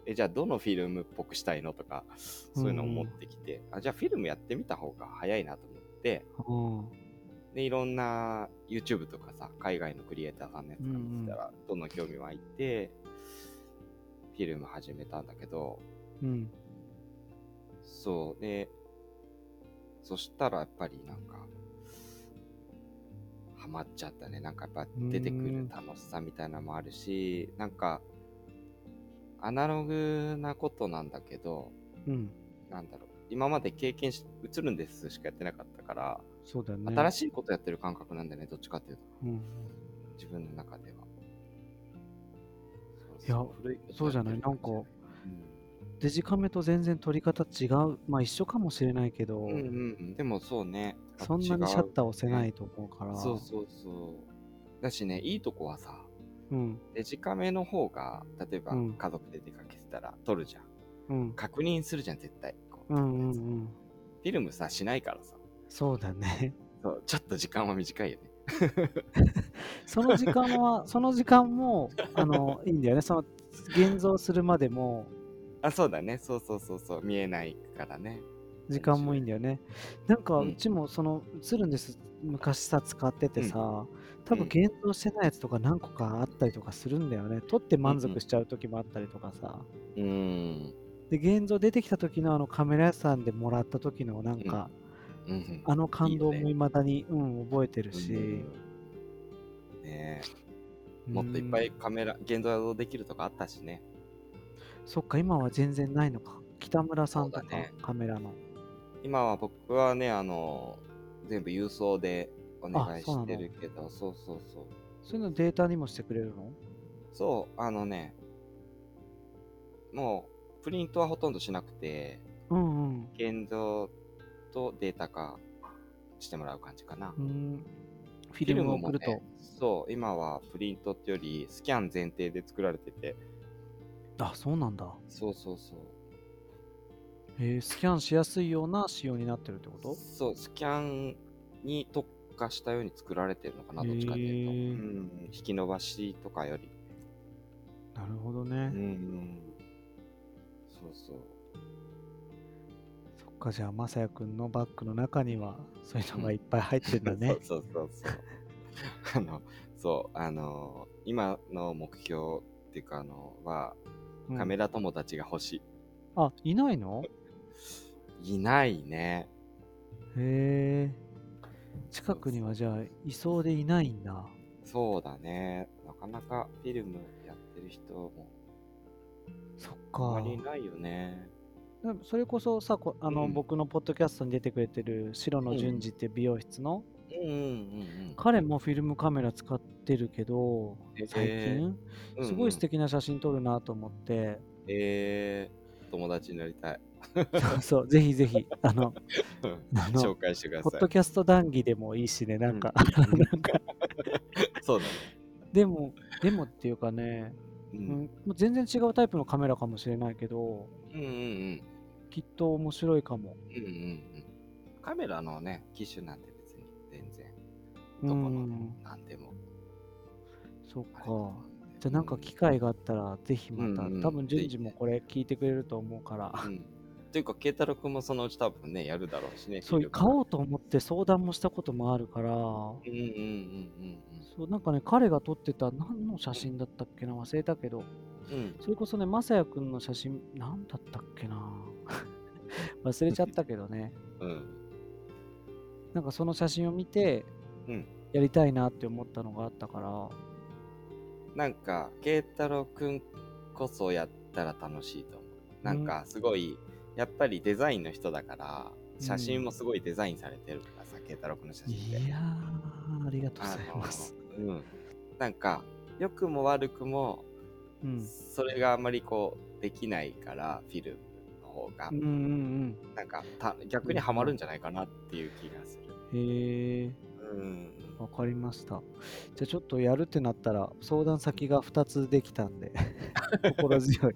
[SPEAKER 2] えじゃあどのフィルムっぽくしたいのとかそういうのを持ってきて、あじゃあフィルムやってみた方が早いなと思って
[SPEAKER 1] うん
[SPEAKER 2] でいろんな YouTube とかさ海外のクリエイターさんのやつとか見てたら、どんどん興味湧いてフィルム始めたんだけど
[SPEAKER 1] うん
[SPEAKER 2] そうでそしたらやっぱりなんかハマっちゃったねなんかやっぱ出てくる楽しさみたいなのもあるしなんかアナログなことなんだけど
[SPEAKER 1] うん
[SPEAKER 2] なんだろう今まで経験し映るんですしかやってなかったから、
[SPEAKER 1] そうだよね
[SPEAKER 2] 新しいことやってる感覚なんだよねどっちかっていうと
[SPEAKER 1] うん
[SPEAKER 2] 自分の中では
[SPEAKER 1] いや
[SPEAKER 2] 古いこと
[SPEAKER 1] そうじゃない
[SPEAKER 2] やってる感
[SPEAKER 1] なんかデジカメと全然撮り方違うまあ一緒かもしれないけど、
[SPEAKER 2] うん、うんうんうんでもそうね
[SPEAKER 1] そんなにシャッター押せないと思うから
[SPEAKER 2] ーそうそうそうだしねいいとこはさ
[SPEAKER 1] うん
[SPEAKER 2] デジカメの方が例えば
[SPEAKER 1] うん
[SPEAKER 2] 家族で出かけてたら撮るじゃん、
[SPEAKER 1] うん
[SPEAKER 2] 確認するじゃん絶対こう
[SPEAKER 1] うんうんうん
[SPEAKER 2] フィルムさしないからさ
[SPEAKER 1] そうだね
[SPEAKER 2] そうちょっと時間は短いよね
[SPEAKER 1] その時間 は、その時間も、あの、いいんだよね。その、現像するまでも、
[SPEAKER 2] あ、そうだね。そうそうそうそう。見えないからね。
[SPEAKER 1] 時間もいいんだよね。なんか、
[SPEAKER 2] うん
[SPEAKER 1] うちも、その、映るんです。昔さ、使っててさ、多
[SPEAKER 2] うん
[SPEAKER 1] 分現像してないやつとか何個かあったりとかするんだよね。撮って満足しちゃう時もあったりとかさ。
[SPEAKER 2] うーん。
[SPEAKER 1] で、現像出てきた時のあのカメラ屋さんでもらった時のなんか、
[SPEAKER 2] うん。
[SPEAKER 1] あの感動も
[SPEAKER 2] いいよね
[SPEAKER 1] 未だに、うん、覚えてるし、
[SPEAKER 2] うんねえ
[SPEAKER 1] うん
[SPEAKER 2] もっといっぱいカメラ、現像できるとかあったしね。
[SPEAKER 1] そっか、今は全然ないのか。北村さんとか
[SPEAKER 2] そうだね、
[SPEAKER 1] カメラの。
[SPEAKER 2] 今は僕はね、あの、全部郵送でお願い
[SPEAKER 1] あそうな
[SPEAKER 2] し
[SPEAKER 1] の
[SPEAKER 2] てるけど、そうそうそう。
[SPEAKER 1] そういうのデータにもしてくれるの
[SPEAKER 2] そう、あのね、もう、プリントはほとんどしなくて、
[SPEAKER 1] うんうん。
[SPEAKER 2] 現像とデータ化してもらう感じかな。
[SPEAKER 1] うんフィルムを送ると。
[SPEAKER 2] フィルムもねそう、今はプリントってより、スキャン前提で作られてて、
[SPEAKER 1] あ、そうなんだ。
[SPEAKER 2] そうそうそう。
[SPEAKER 1] えースキャンしやすいような仕様になってるってこと
[SPEAKER 2] そう、スキャンに特化したように作られてるのかな、どっちかっていうと。
[SPEAKER 1] へー
[SPEAKER 2] うん、引き伸ばしとかより。
[SPEAKER 1] なるほど
[SPEAKER 2] う
[SPEAKER 1] ね。
[SPEAKER 2] ん。そうそう。。
[SPEAKER 1] そっか、じゃあ、まさやくんのバッグの中には、そういうのがいっぱい入ってんだね
[SPEAKER 2] そうそうそうそう。あの、そう、あの、今の目標っていうか、あの、は、
[SPEAKER 1] うん
[SPEAKER 2] カメラ友達が欲し
[SPEAKER 1] あ、いないの
[SPEAKER 2] い。いないね。
[SPEAKER 1] へえ。近くにはじゃあ、いそうでいないんだ。
[SPEAKER 2] そうだね。なかなかフィルムやってる人も
[SPEAKER 1] そっ
[SPEAKER 2] あ
[SPEAKER 1] か
[SPEAKER 2] ま。りいないよね。
[SPEAKER 1] でもそれこそさ、こあの、
[SPEAKER 2] うん
[SPEAKER 1] 僕のポッドキャストに出てくれてる白
[SPEAKER 2] う
[SPEAKER 1] 野
[SPEAKER 2] ん
[SPEAKER 1] 淳二って美容室の、
[SPEAKER 2] うんうん
[SPEAKER 1] 彼もフィルムカメラ使ってるけど
[SPEAKER 2] えー
[SPEAKER 1] 最近、
[SPEAKER 2] うん。
[SPEAKER 1] すごい素
[SPEAKER 2] 敵。
[SPEAKER 1] 敵な写真撮るなと思って、
[SPEAKER 2] えー、友達になりたい。
[SPEAKER 1] そうそうぜひぜひあの あの
[SPEAKER 2] 紹介してくだ
[SPEAKER 1] ポ
[SPEAKER 2] さ
[SPEAKER 1] ッ
[SPEAKER 2] い
[SPEAKER 1] ド。キャスト談義でもいいしねなんか、
[SPEAKER 2] うん
[SPEAKER 1] なんか
[SPEAKER 2] そうだね。
[SPEAKER 1] でもでもっていうかね、
[SPEAKER 2] う
[SPEAKER 1] うんん、もう全然違うタイプのカメラかもしれないけど
[SPEAKER 2] うんうんうん。
[SPEAKER 1] きっと面白いかも、
[SPEAKER 2] うんうんうん。カメラのね、機種なんて別に全然、
[SPEAKER 1] う
[SPEAKER 2] どこの
[SPEAKER 1] ん、
[SPEAKER 2] なんでも
[SPEAKER 1] そっか
[SPEAKER 2] あれだもんね。
[SPEAKER 1] じゃあなんか機会があったらぜひまた、
[SPEAKER 2] うんうん
[SPEAKER 1] 多分順次もこれ聞いてくれると思うから、
[SPEAKER 2] うん。うんっていうか、慶太郎君もそのうち多分ね、やるだろうしね。
[SPEAKER 1] そう
[SPEAKER 2] 昼か
[SPEAKER 1] 買
[SPEAKER 2] ら
[SPEAKER 1] おうと思って相談もしたこともあるから、
[SPEAKER 2] うんうんうんうん
[SPEAKER 1] そうなんかね彼が撮ってた何の写真だったっけな忘れたけど
[SPEAKER 2] うん。うん。
[SPEAKER 1] それこそねまさやくんの写真何だったっけな 忘れちゃったけどね
[SPEAKER 2] うん。
[SPEAKER 1] なんかその写真を見て、
[SPEAKER 2] うん
[SPEAKER 1] やりたいなって思ったのがあったから
[SPEAKER 2] なんか、慶太郎君こそやったら楽しいと思う。なんか、すごい、やっぱりデザインの人だから、写真もすごいデザインされてるからさ、慶太郎君の写真って。
[SPEAKER 1] いやーありがとうございます、
[SPEAKER 2] あの。うん。なんか、良くも悪くも、
[SPEAKER 1] うん、
[SPEAKER 2] それがあんまりこう、できないから、フィルムの方が
[SPEAKER 1] うん、うん
[SPEAKER 2] なんかた、逆にはまるんじゃないかなっていう気がする。
[SPEAKER 1] うんへえ
[SPEAKER 2] うん。
[SPEAKER 1] わかりましたじゃあちょっとやるってなったら相談先が2つできたんで心強い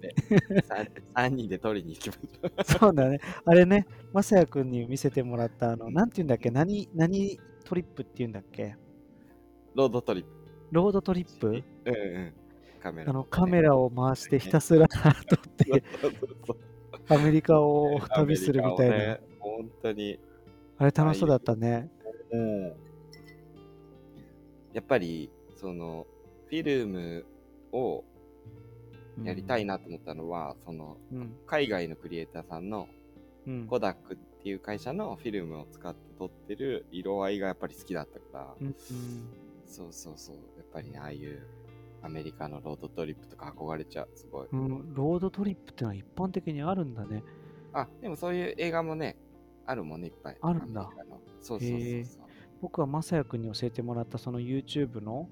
[SPEAKER 2] 3人で取りに行きましょう。
[SPEAKER 1] そうだね。あれね、まさやくんに見せてもらった、あ
[SPEAKER 2] う
[SPEAKER 1] の、
[SPEAKER 2] ん
[SPEAKER 1] なんて言うんだっけ、何、何トリップって言うんだっけ、
[SPEAKER 2] ロードトリップ。
[SPEAKER 1] ロードトリップ
[SPEAKER 2] うんうん。カメラ、
[SPEAKER 1] あの、カメラを回してひたすら撮って、
[SPEAKER 2] そうそうそう。
[SPEAKER 1] アメリカを旅するみたいな。
[SPEAKER 2] アメリカをね本当に。
[SPEAKER 1] あれ楽しそうだったね。
[SPEAKER 2] うん。やっぱり、その、フィルムをやりたいなと思ったのは、その、
[SPEAKER 1] うん。
[SPEAKER 2] 海外のクリエイターさんの
[SPEAKER 1] うん。
[SPEAKER 2] コダックっていう会社のフィルムを使って撮ってる色合いがやっぱり好きだったから、
[SPEAKER 1] うん。
[SPEAKER 2] そうそうそうやっぱりねああいうアメリカのロードトリップとか憧れちゃうすごい、
[SPEAKER 1] うんうんロードトリップってのは一般的にあるんだね。
[SPEAKER 2] あでもそういう映画もねあるもんねいっぱい
[SPEAKER 1] あるんだ
[SPEAKER 2] アメリカのそうそうそう
[SPEAKER 1] へえ
[SPEAKER 2] そう
[SPEAKER 1] 僕はまさやくんに教えてもらったその YouTube の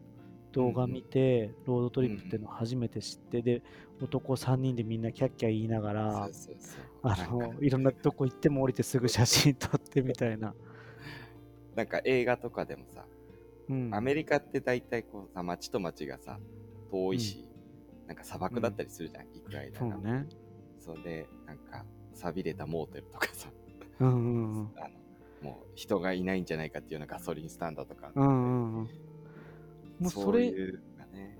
[SPEAKER 1] 動画見て、ロードトリップっていうのを初めて知って、で、男3人でみんなキャッキャ言いながら、
[SPEAKER 2] そうそうそう
[SPEAKER 1] あ
[SPEAKER 2] なん
[SPEAKER 1] の
[SPEAKER 2] か、
[SPEAKER 1] いろんなとこ行っても降りてすぐ写真撮ってみたいな。
[SPEAKER 2] なんか映画とかでもさ
[SPEAKER 1] うん、
[SPEAKER 2] アメリカって大体こうさ街と街がさ遠いし、なんか砂漠だったりするじゃん、行く間
[SPEAKER 1] そう
[SPEAKER 2] が
[SPEAKER 1] ね。
[SPEAKER 2] それでなんか錆びれたモーテルとかさ
[SPEAKER 1] うんうんうん。
[SPEAKER 2] あのもう人がいないんじゃないかっていうようなガソリンスタンドとかあって、
[SPEAKER 1] うんうんうん。もう
[SPEAKER 2] そう
[SPEAKER 1] それ、
[SPEAKER 2] いうのがね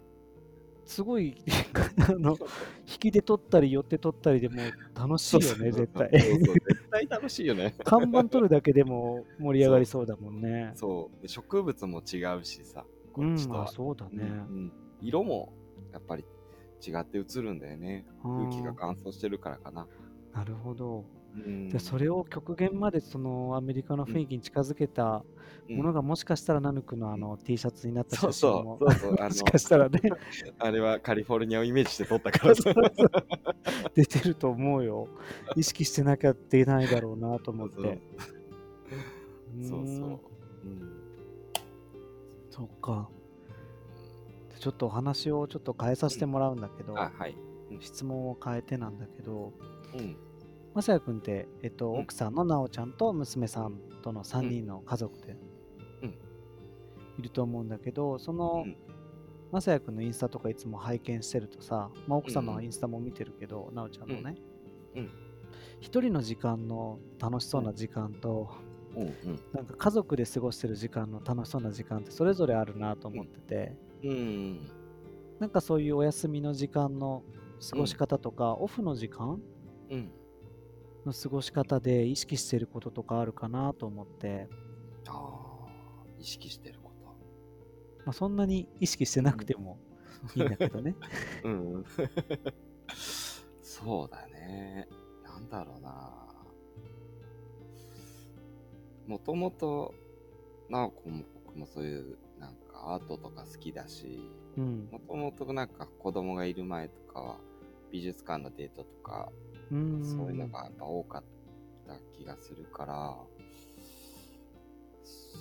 [SPEAKER 1] すごい、 あの、引きで取ったり、寄って取ったりでもう楽しいよね、絶対。
[SPEAKER 2] そうそう絶対楽しい よね
[SPEAKER 1] 看板取るだけでも盛り上がりそうだもんね。
[SPEAKER 2] そうで植物も違うしさこ
[SPEAKER 1] う
[SPEAKER 2] っ
[SPEAKER 1] ん
[SPEAKER 2] ちと、
[SPEAKER 1] あ
[SPEAKER 2] は
[SPEAKER 1] そうだ
[SPEAKER 2] うん
[SPEAKER 1] ね。
[SPEAKER 2] うん色もやっぱり違って映るんだよね空気
[SPEAKER 1] う
[SPEAKER 2] が
[SPEAKER 1] ん
[SPEAKER 2] 乾燥してるからかな、
[SPEAKER 1] なるほど。
[SPEAKER 2] うん
[SPEAKER 1] でそれを極限までそのアメリカの雰囲気に近づけた
[SPEAKER 2] うん
[SPEAKER 1] ものがもしかしたらナヌクのあの T シャツになった
[SPEAKER 2] そ
[SPEAKER 1] 写
[SPEAKER 2] う
[SPEAKER 1] 真
[SPEAKER 2] そ
[SPEAKER 1] も
[SPEAKER 2] うそうそうあ
[SPEAKER 1] もし
[SPEAKER 2] の
[SPEAKER 1] かしたらね
[SPEAKER 2] あれはカリフォルニアをイメージして撮ったから
[SPEAKER 1] そうそう出てると思うよ意識してなきゃ出ないだろうなと思 って
[SPEAKER 2] そう
[SPEAKER 1] ー
[SPEAKER 2] そ
[SPEAKER 1] ん
[SPEAKER 2] う。うん
[SPEAKER 1] そっかちょっとお話をちょっと変えさせてもらうんだけど、
[SPEAKER 2] あ、はい。
[SPEAKER 1] 質問を変えてなんだけど
[SPEAKER 2] うん。
[SPEAKER 1] まさやくんって、えっと、
[SPEAKER 2] うん
[SPEAKER 1] 奥さんのなおちゃんと娘さんとの3人の家族で
[SPEAKER 2] うん
[SPEAKER 1] いると思うんだけど、その
[SPEAKER 2] うん
[SPEAKER 1] まさやくんのインスタとかいつも拝見してるとさ、まあ、奥さん
[SPEAKER 2] うん
[SPEAKER 1] の
[SPEAKER 2] うん
[SPEAKER 1] インスタも見てるけど、なおちゃんのね、
[SPEAKER 2] うんうん
[SPEAKER 1] 一人の時間の楽しそうな時間と、
[SPEAKER 2] うんうん。
[SPEAKER 1] なんか家族で過ごしてる時間の楽しそうな時間ってそれぞれあるなと思ってて、
[SPEAKER 2] うん。
[SPEAKER 1] なんかそういうお休みの時間の過ごし方とか、オフの時間
[SPEAKER 2] うん。
[SPEAKER 1] の過ごし方で意識してることとかあるかなと思って、
[SPEAKER 2] ああ、意識してるこ
[SPEAKER 1] まあ、そんなに意識してなくてもいいんだけど ね。
[SPEAKER 2] と。うん。そうだね。なんだろうな。もともと、なおこも僕もそういう、なんかアートとか好きだし、
[SPEAKER 1] うん。
[SPEAKER 2] もともとなんか子供がいる前とかは、美術館のデートとか、
[SPEAKER 1] うん。
[SPEAKER 2] そういうのがやっぱ多かった気がするから、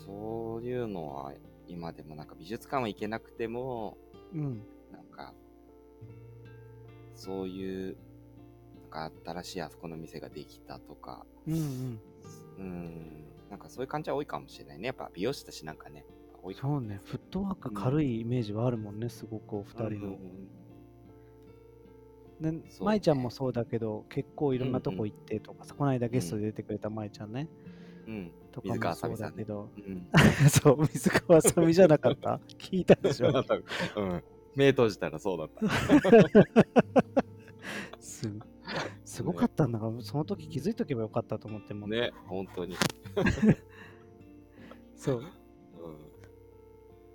[SPEAKER 2] そういうのは今でもなんか美術館は行けなくても、
[SPEAKER 1] うん。
[SPEAKER 2] なんか、そういう、なんか新しいあそこの店ができたとか、
[SPEAKER 1] うんうん。
[SPEAKER 2] うん、なんかそういう感じは多いかもしれないね。やっぱ美容師だしなんかね、多いか
[SPEAKER 1] そうね。フットワーク軽いイメージはあるもんね、すごくお二
[SPEAKER 2] も
[SPEAKER 1] 人
[SPEAKER 2] うん
[SPEAKER 1] の
[SPEAKER 2] う。ん
[SPEAKER 1] ね
[SPEAKER 2] そうね
[SPEAKER 1] 舞ちゃんもそうだけど、結構いろんなとこ行ってとかさ、この間ゲストで出てくれた舞ちゃんね、
[SPEAKER 2] うん。
[SPEAKER 1] とか
[SPEAKER 2] 水川
[SPEAKER 1] も
[SPEAKER 2] あさ
[SPEAKER 1] そう
[SPEAKER 2] みさ
[SPEAKER 1] だ
[SPEAKER 2] んね
[SPEAKER 1] けど、
[SPEAKER 2] うん。
[SPEAKER 1] そう、水川あさみじゃなかった聞いたでしょ。
[SPEAKER 2] うん。目閉じたらそうだった。
[SPEAKER 1] すすごかったんだから、その時気づいとけばよかったと思ってもん
[SPEAKER 2] ね、本当に。
[SPEAKER 1] そう。
[SPEAKER 2] うん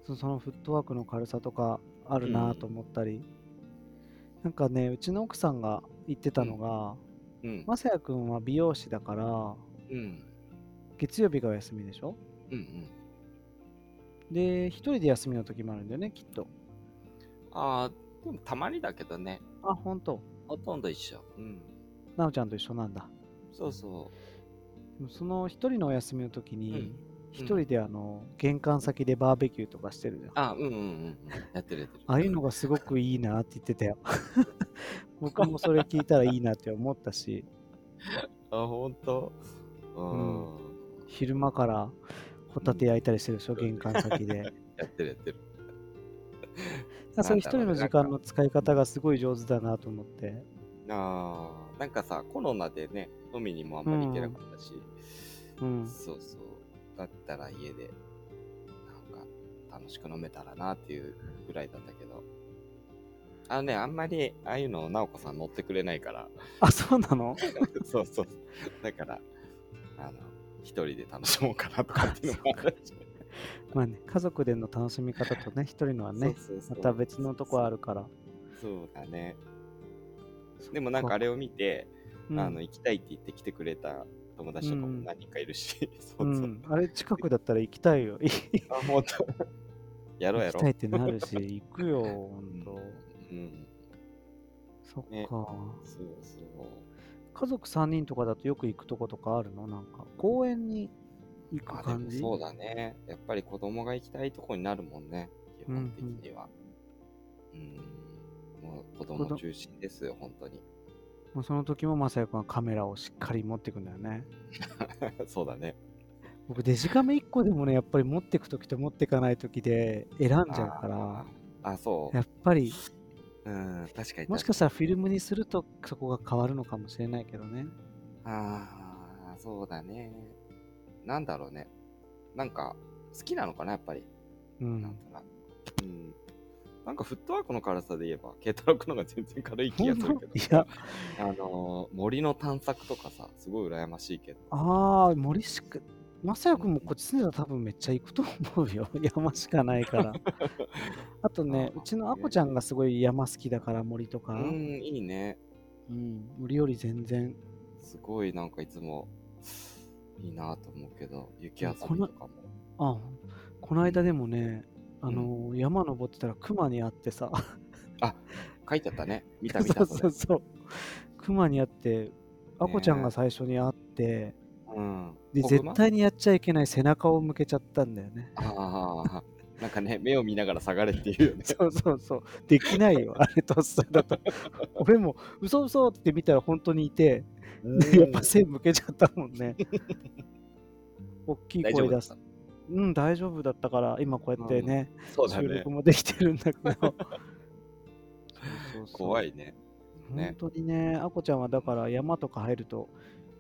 [SPEAKER 1] そそのフットワークの軽さとかあるなと思ったり、なんかねうちの奥さんが言ってたのが、
[SPEAKER 2] うん。
[SPEAKER 1] まさやくんは美容師だから
[SPEAKER 2] うん。
[SPEAKER 1] 月曜日がお休みでしょ
[SPEAKER 2] うんうん。
[SPEAKER 1] で一人で休みの時もあるんだよねきっと
[SPEAKER 2] ああ、でもたまにだけどね。
[SPEAKER 1] あ本当
[SPEAKER 2] ほとんど一緒。うん。
[SPEAKER 1] なおちゃんと一緒なんだ
[SPEAKER 2] そうそ
[SPEAKER 1] でもその一人のお休みの時に一、
[SPEAKER 2] うん
[SPEAKER 1] 人であの玄関先でバーベキューとかしてるじゃん
[SPEAKER 2] う。あうんうんうんうん。やってるやってる。
[SPEAKER 1] ああいうのがすごくいいなって言ってたよ 僕もそれ聞いたらいいなって思ったし
[SPEAKER 2] あ、ほんとうん。
[SPEAKER 1] 昼間からホタテ焼いたりしてるでしょ、玄関先 で。
[SPEAKER 2] やってるやってる。
[SPEAKER 1] あそれ一人の時間
[SPEAKER 2] な
[SPEAKER 1] の使い方がすごい上手だなと思って。
[SPEAKER 2] ああ。なんかさ、コロナでね、飲みにもあんまり行けなかったし、
[SPEAKER 1] うん。
[SPEAKER 2] そうそう。だったら家で、なんか、楽しく飲めたらなっていうぐらいだったけど。あのね、あんまり、ああいうのを直子さん乗ってくれない から、
[SPEAKER 1] あ、そうなの
[SPEAKER 2] そうそう。だから、あの、一人で楽しもうかなとかっていうのもあるし。
[SPEAKER 1] まあね、家族での楽しみ方とね、一人のはね、
[SPEAKER 2] そうそうそ
[SPEAKER 1] ま
[SPEAKER 2] う
[SPEAKER 1] た別のとこあるから。
[SPEAKER 2] そうだね。でもなんかあれを見て、
[SPEAKER 1] うん、
[SPEAKER 2] あの、行きたいって言って来てくれた友達とかも
[SPEAKER 1] うん
[SPEAKER 2] 何人かいるし、
[SPEAKER 1] う。
[SPEAKER 2] そうそうん
[SPEAKER 1] あれ近くだったら行きたいよ。行
[SPEAKER 2] あ、ほんと。やろうや
[SPEAKER 1] き
[SPEAKER 2] ろ
[SPEAKER 1] たいうっ。てなるし、行くよ、ほんと。
[SPEAKER 2] うん。
[SPEAKER 1] そっか、
[SPEAKER 2] ねそうそう。
[SPEAKER 1] 家族3人とかだとよく行くとことかあるのなんか、公園に行く
[SPEAKER 2] あ、で
[SPEAKER 1] 感
[SPEAKER 2] も
[SPEAKER 1] じ
[SPEAKER 2] そうだね。やっぱり子供が行きたいとこになるもんね。基本的には。うん。もう
[SPEAKER 1] 子
[SPEAKER 2] 子供
[SPEAKER 1] 供
[SPEAKER 2] 中心ですよ、本当に。
[SPEAKER 1] もうその時もまさやくんはカメラをしっかり持ってくんだよね。
[SPEAKER 2] そうだね。
[SPEAKER 1] 僕デジカメ1個でもねやっぱり持ってく時と持ってかない時で選んじゃうか
[SPEAKER 2] あ、そう
[SPEAKER 1] ら。やっぱり
[SPEAKER 2] うん、確かに。
[SPEAKER 1] もしかしたらフィルムにするとそこが変わるのかもしれないけどね
[SPEAKER 2] ああ、そうだね。なんだろうね。なんか、好きなのかな、やっぱり。
[SPEAKER 1] う
[SPEAKER 2] なん
[SPEAKER 1] ん。
[SPEAKER 2] となく。うん。なんかフットワークの軽さで言えば、ケイタロウ君の方が全然軽い気がするけど。
[SPEAKER 1] いや、
[SPEAKER 2] あのー森の探索とかさ、すごい羨ましいけど。
[SPEAKER 1] ああ、森しか、まさやくんもこっち住んでたら多分めっちゃ行くと思うよ。 山しかないから。あとね
[SPEAKER 2] あ、ー
[SPEAKER 1] うちのあこちゃんがすごい山好きだから森と
[SPEAKER 2] う
[SPEAKER 1] か。
[SPEAKER 2] ん、いいね。
[SPEAKER 1] うん。森より全然。
[SPEAKER 2] すごいなんかいつもいいなと思うけど、雪遊びとか
[SPEAKER 1] この
[SPEAKER 2] も。
[SPEAKER 1] あ、この間でもね、あのー山登ってたら熊に会ってさ。
[SPEAKER 2] 書いてあったね。見た見
[SPEAKER 1] そ
[SPEAKER 2] た
[SPEAKER 1] うそうそう。熊に会って、あこちゃん
[SPEAKER 2] ねえ
[SPEAKER 1] が最初に会って、
[SPEAKER 2] れ。うん。
[SPEAKER 1] で、
[SPEAKER 2] 子
[SPEAKER 1] 絶
[SPEAKER 2] 熊
[SPEAKER 1] 対にやっちゃいけない背中を向けちゃったんだよね。
[SPEAKER 2] ああ。なんかね、目を見ながら下がれっていうよね。
[SPEAKER 1] そうそうそう。できないよ、あれとっさだと。俺も、嘘嘘って見たら本当にいて、で やっぱ背向けちゃったもん ね。大きい
[SPEAKER 2] 大
[SPEAKER 1] 声
[SPEAKER 2] 丈夫
[SPEAKER 1] 出
[SPEAKER 2] だっ
[SPEAKER 1] す
[SPEAKER 2] た。。
[SPEAKER 1] うん、大丈夫だったから、今こうやってね、
[SPEAKER 2] そうだ
[SPEAKER 1] 収
[SPEAKER 2] ね
[SPEAKER 1] 録。もできてるんだけ ど。そうそうそう
[SPEAKER 2] 怖いね。
[SPEAKER 1] 本
[SPEAKER 2] ね
[SPEAKER 1] 当にね、あこちゃんはだから山とか入ると、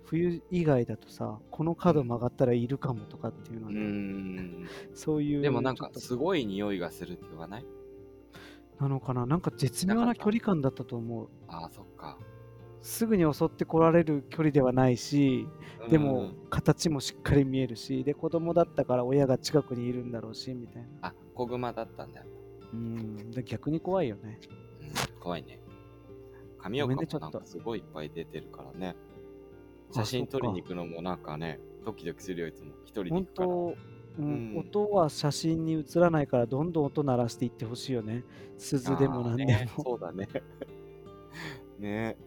[SPEAKER 1] 冬以外だとさ、この角曲がったらいるかもとかっていうのは
[SPEAKER 2] うー
[SPEAKER 1] ね、
[SPEAKER 2] ん。
[SPEAKER 1] そういう。
[SPEAKER 2] でもなんか
[SPEAKER 1] ちょっ
[SPEAKER 2] すごい匂いがするって言わない
[SPEAKER 1] となのかな、なんか絶妙な距離感だったと思う。
[SPEAKER 2] ああ、そっか。
[SPEAKER 1] すぐに襲ってこられる距離ではないし、で
[SPEAKER 2] う
[SPEAKER 1] も
[SPEAKER 2] ん
[SPEAKER 1] 形もしっかり見えるし、で子供だったから親が近くにいるんだろうしみたいな。
[SPEAKER 2] あ、子熊だったんだよ。
[SPEAKER 1] うん、で逆に怖いよね。
[SPEAKER 2] うん怖いね。神
[SPEAKER 1] ごめ
[SPEAKER 2] 岡
[SPEAKER 1] んねちょ
[SPEAKER 2] も
[SPEAKER 1] っと
[SPEAKER 2] なんかすごいいっぱい出てるからね。
[SPEAKER 1] あ
[SPEAKER 2] 写真撮りに
[SPEAKER 1] そ
[SPEAKER 2] 行くのもなんかね、ドキドキするよ、いつも。一人で行
[SPEAKER 1] 本
[SPEAKER 2] くから。
[SPEAKER 1] 当、うん
[SPEAKER 2] うん
[SPEAKER 1] 音は写真に映らないから、どんどん音鳴らしていってほしいよね。鈴でもなんでも。
[SPEAKER 2] あーねそうだね。 ね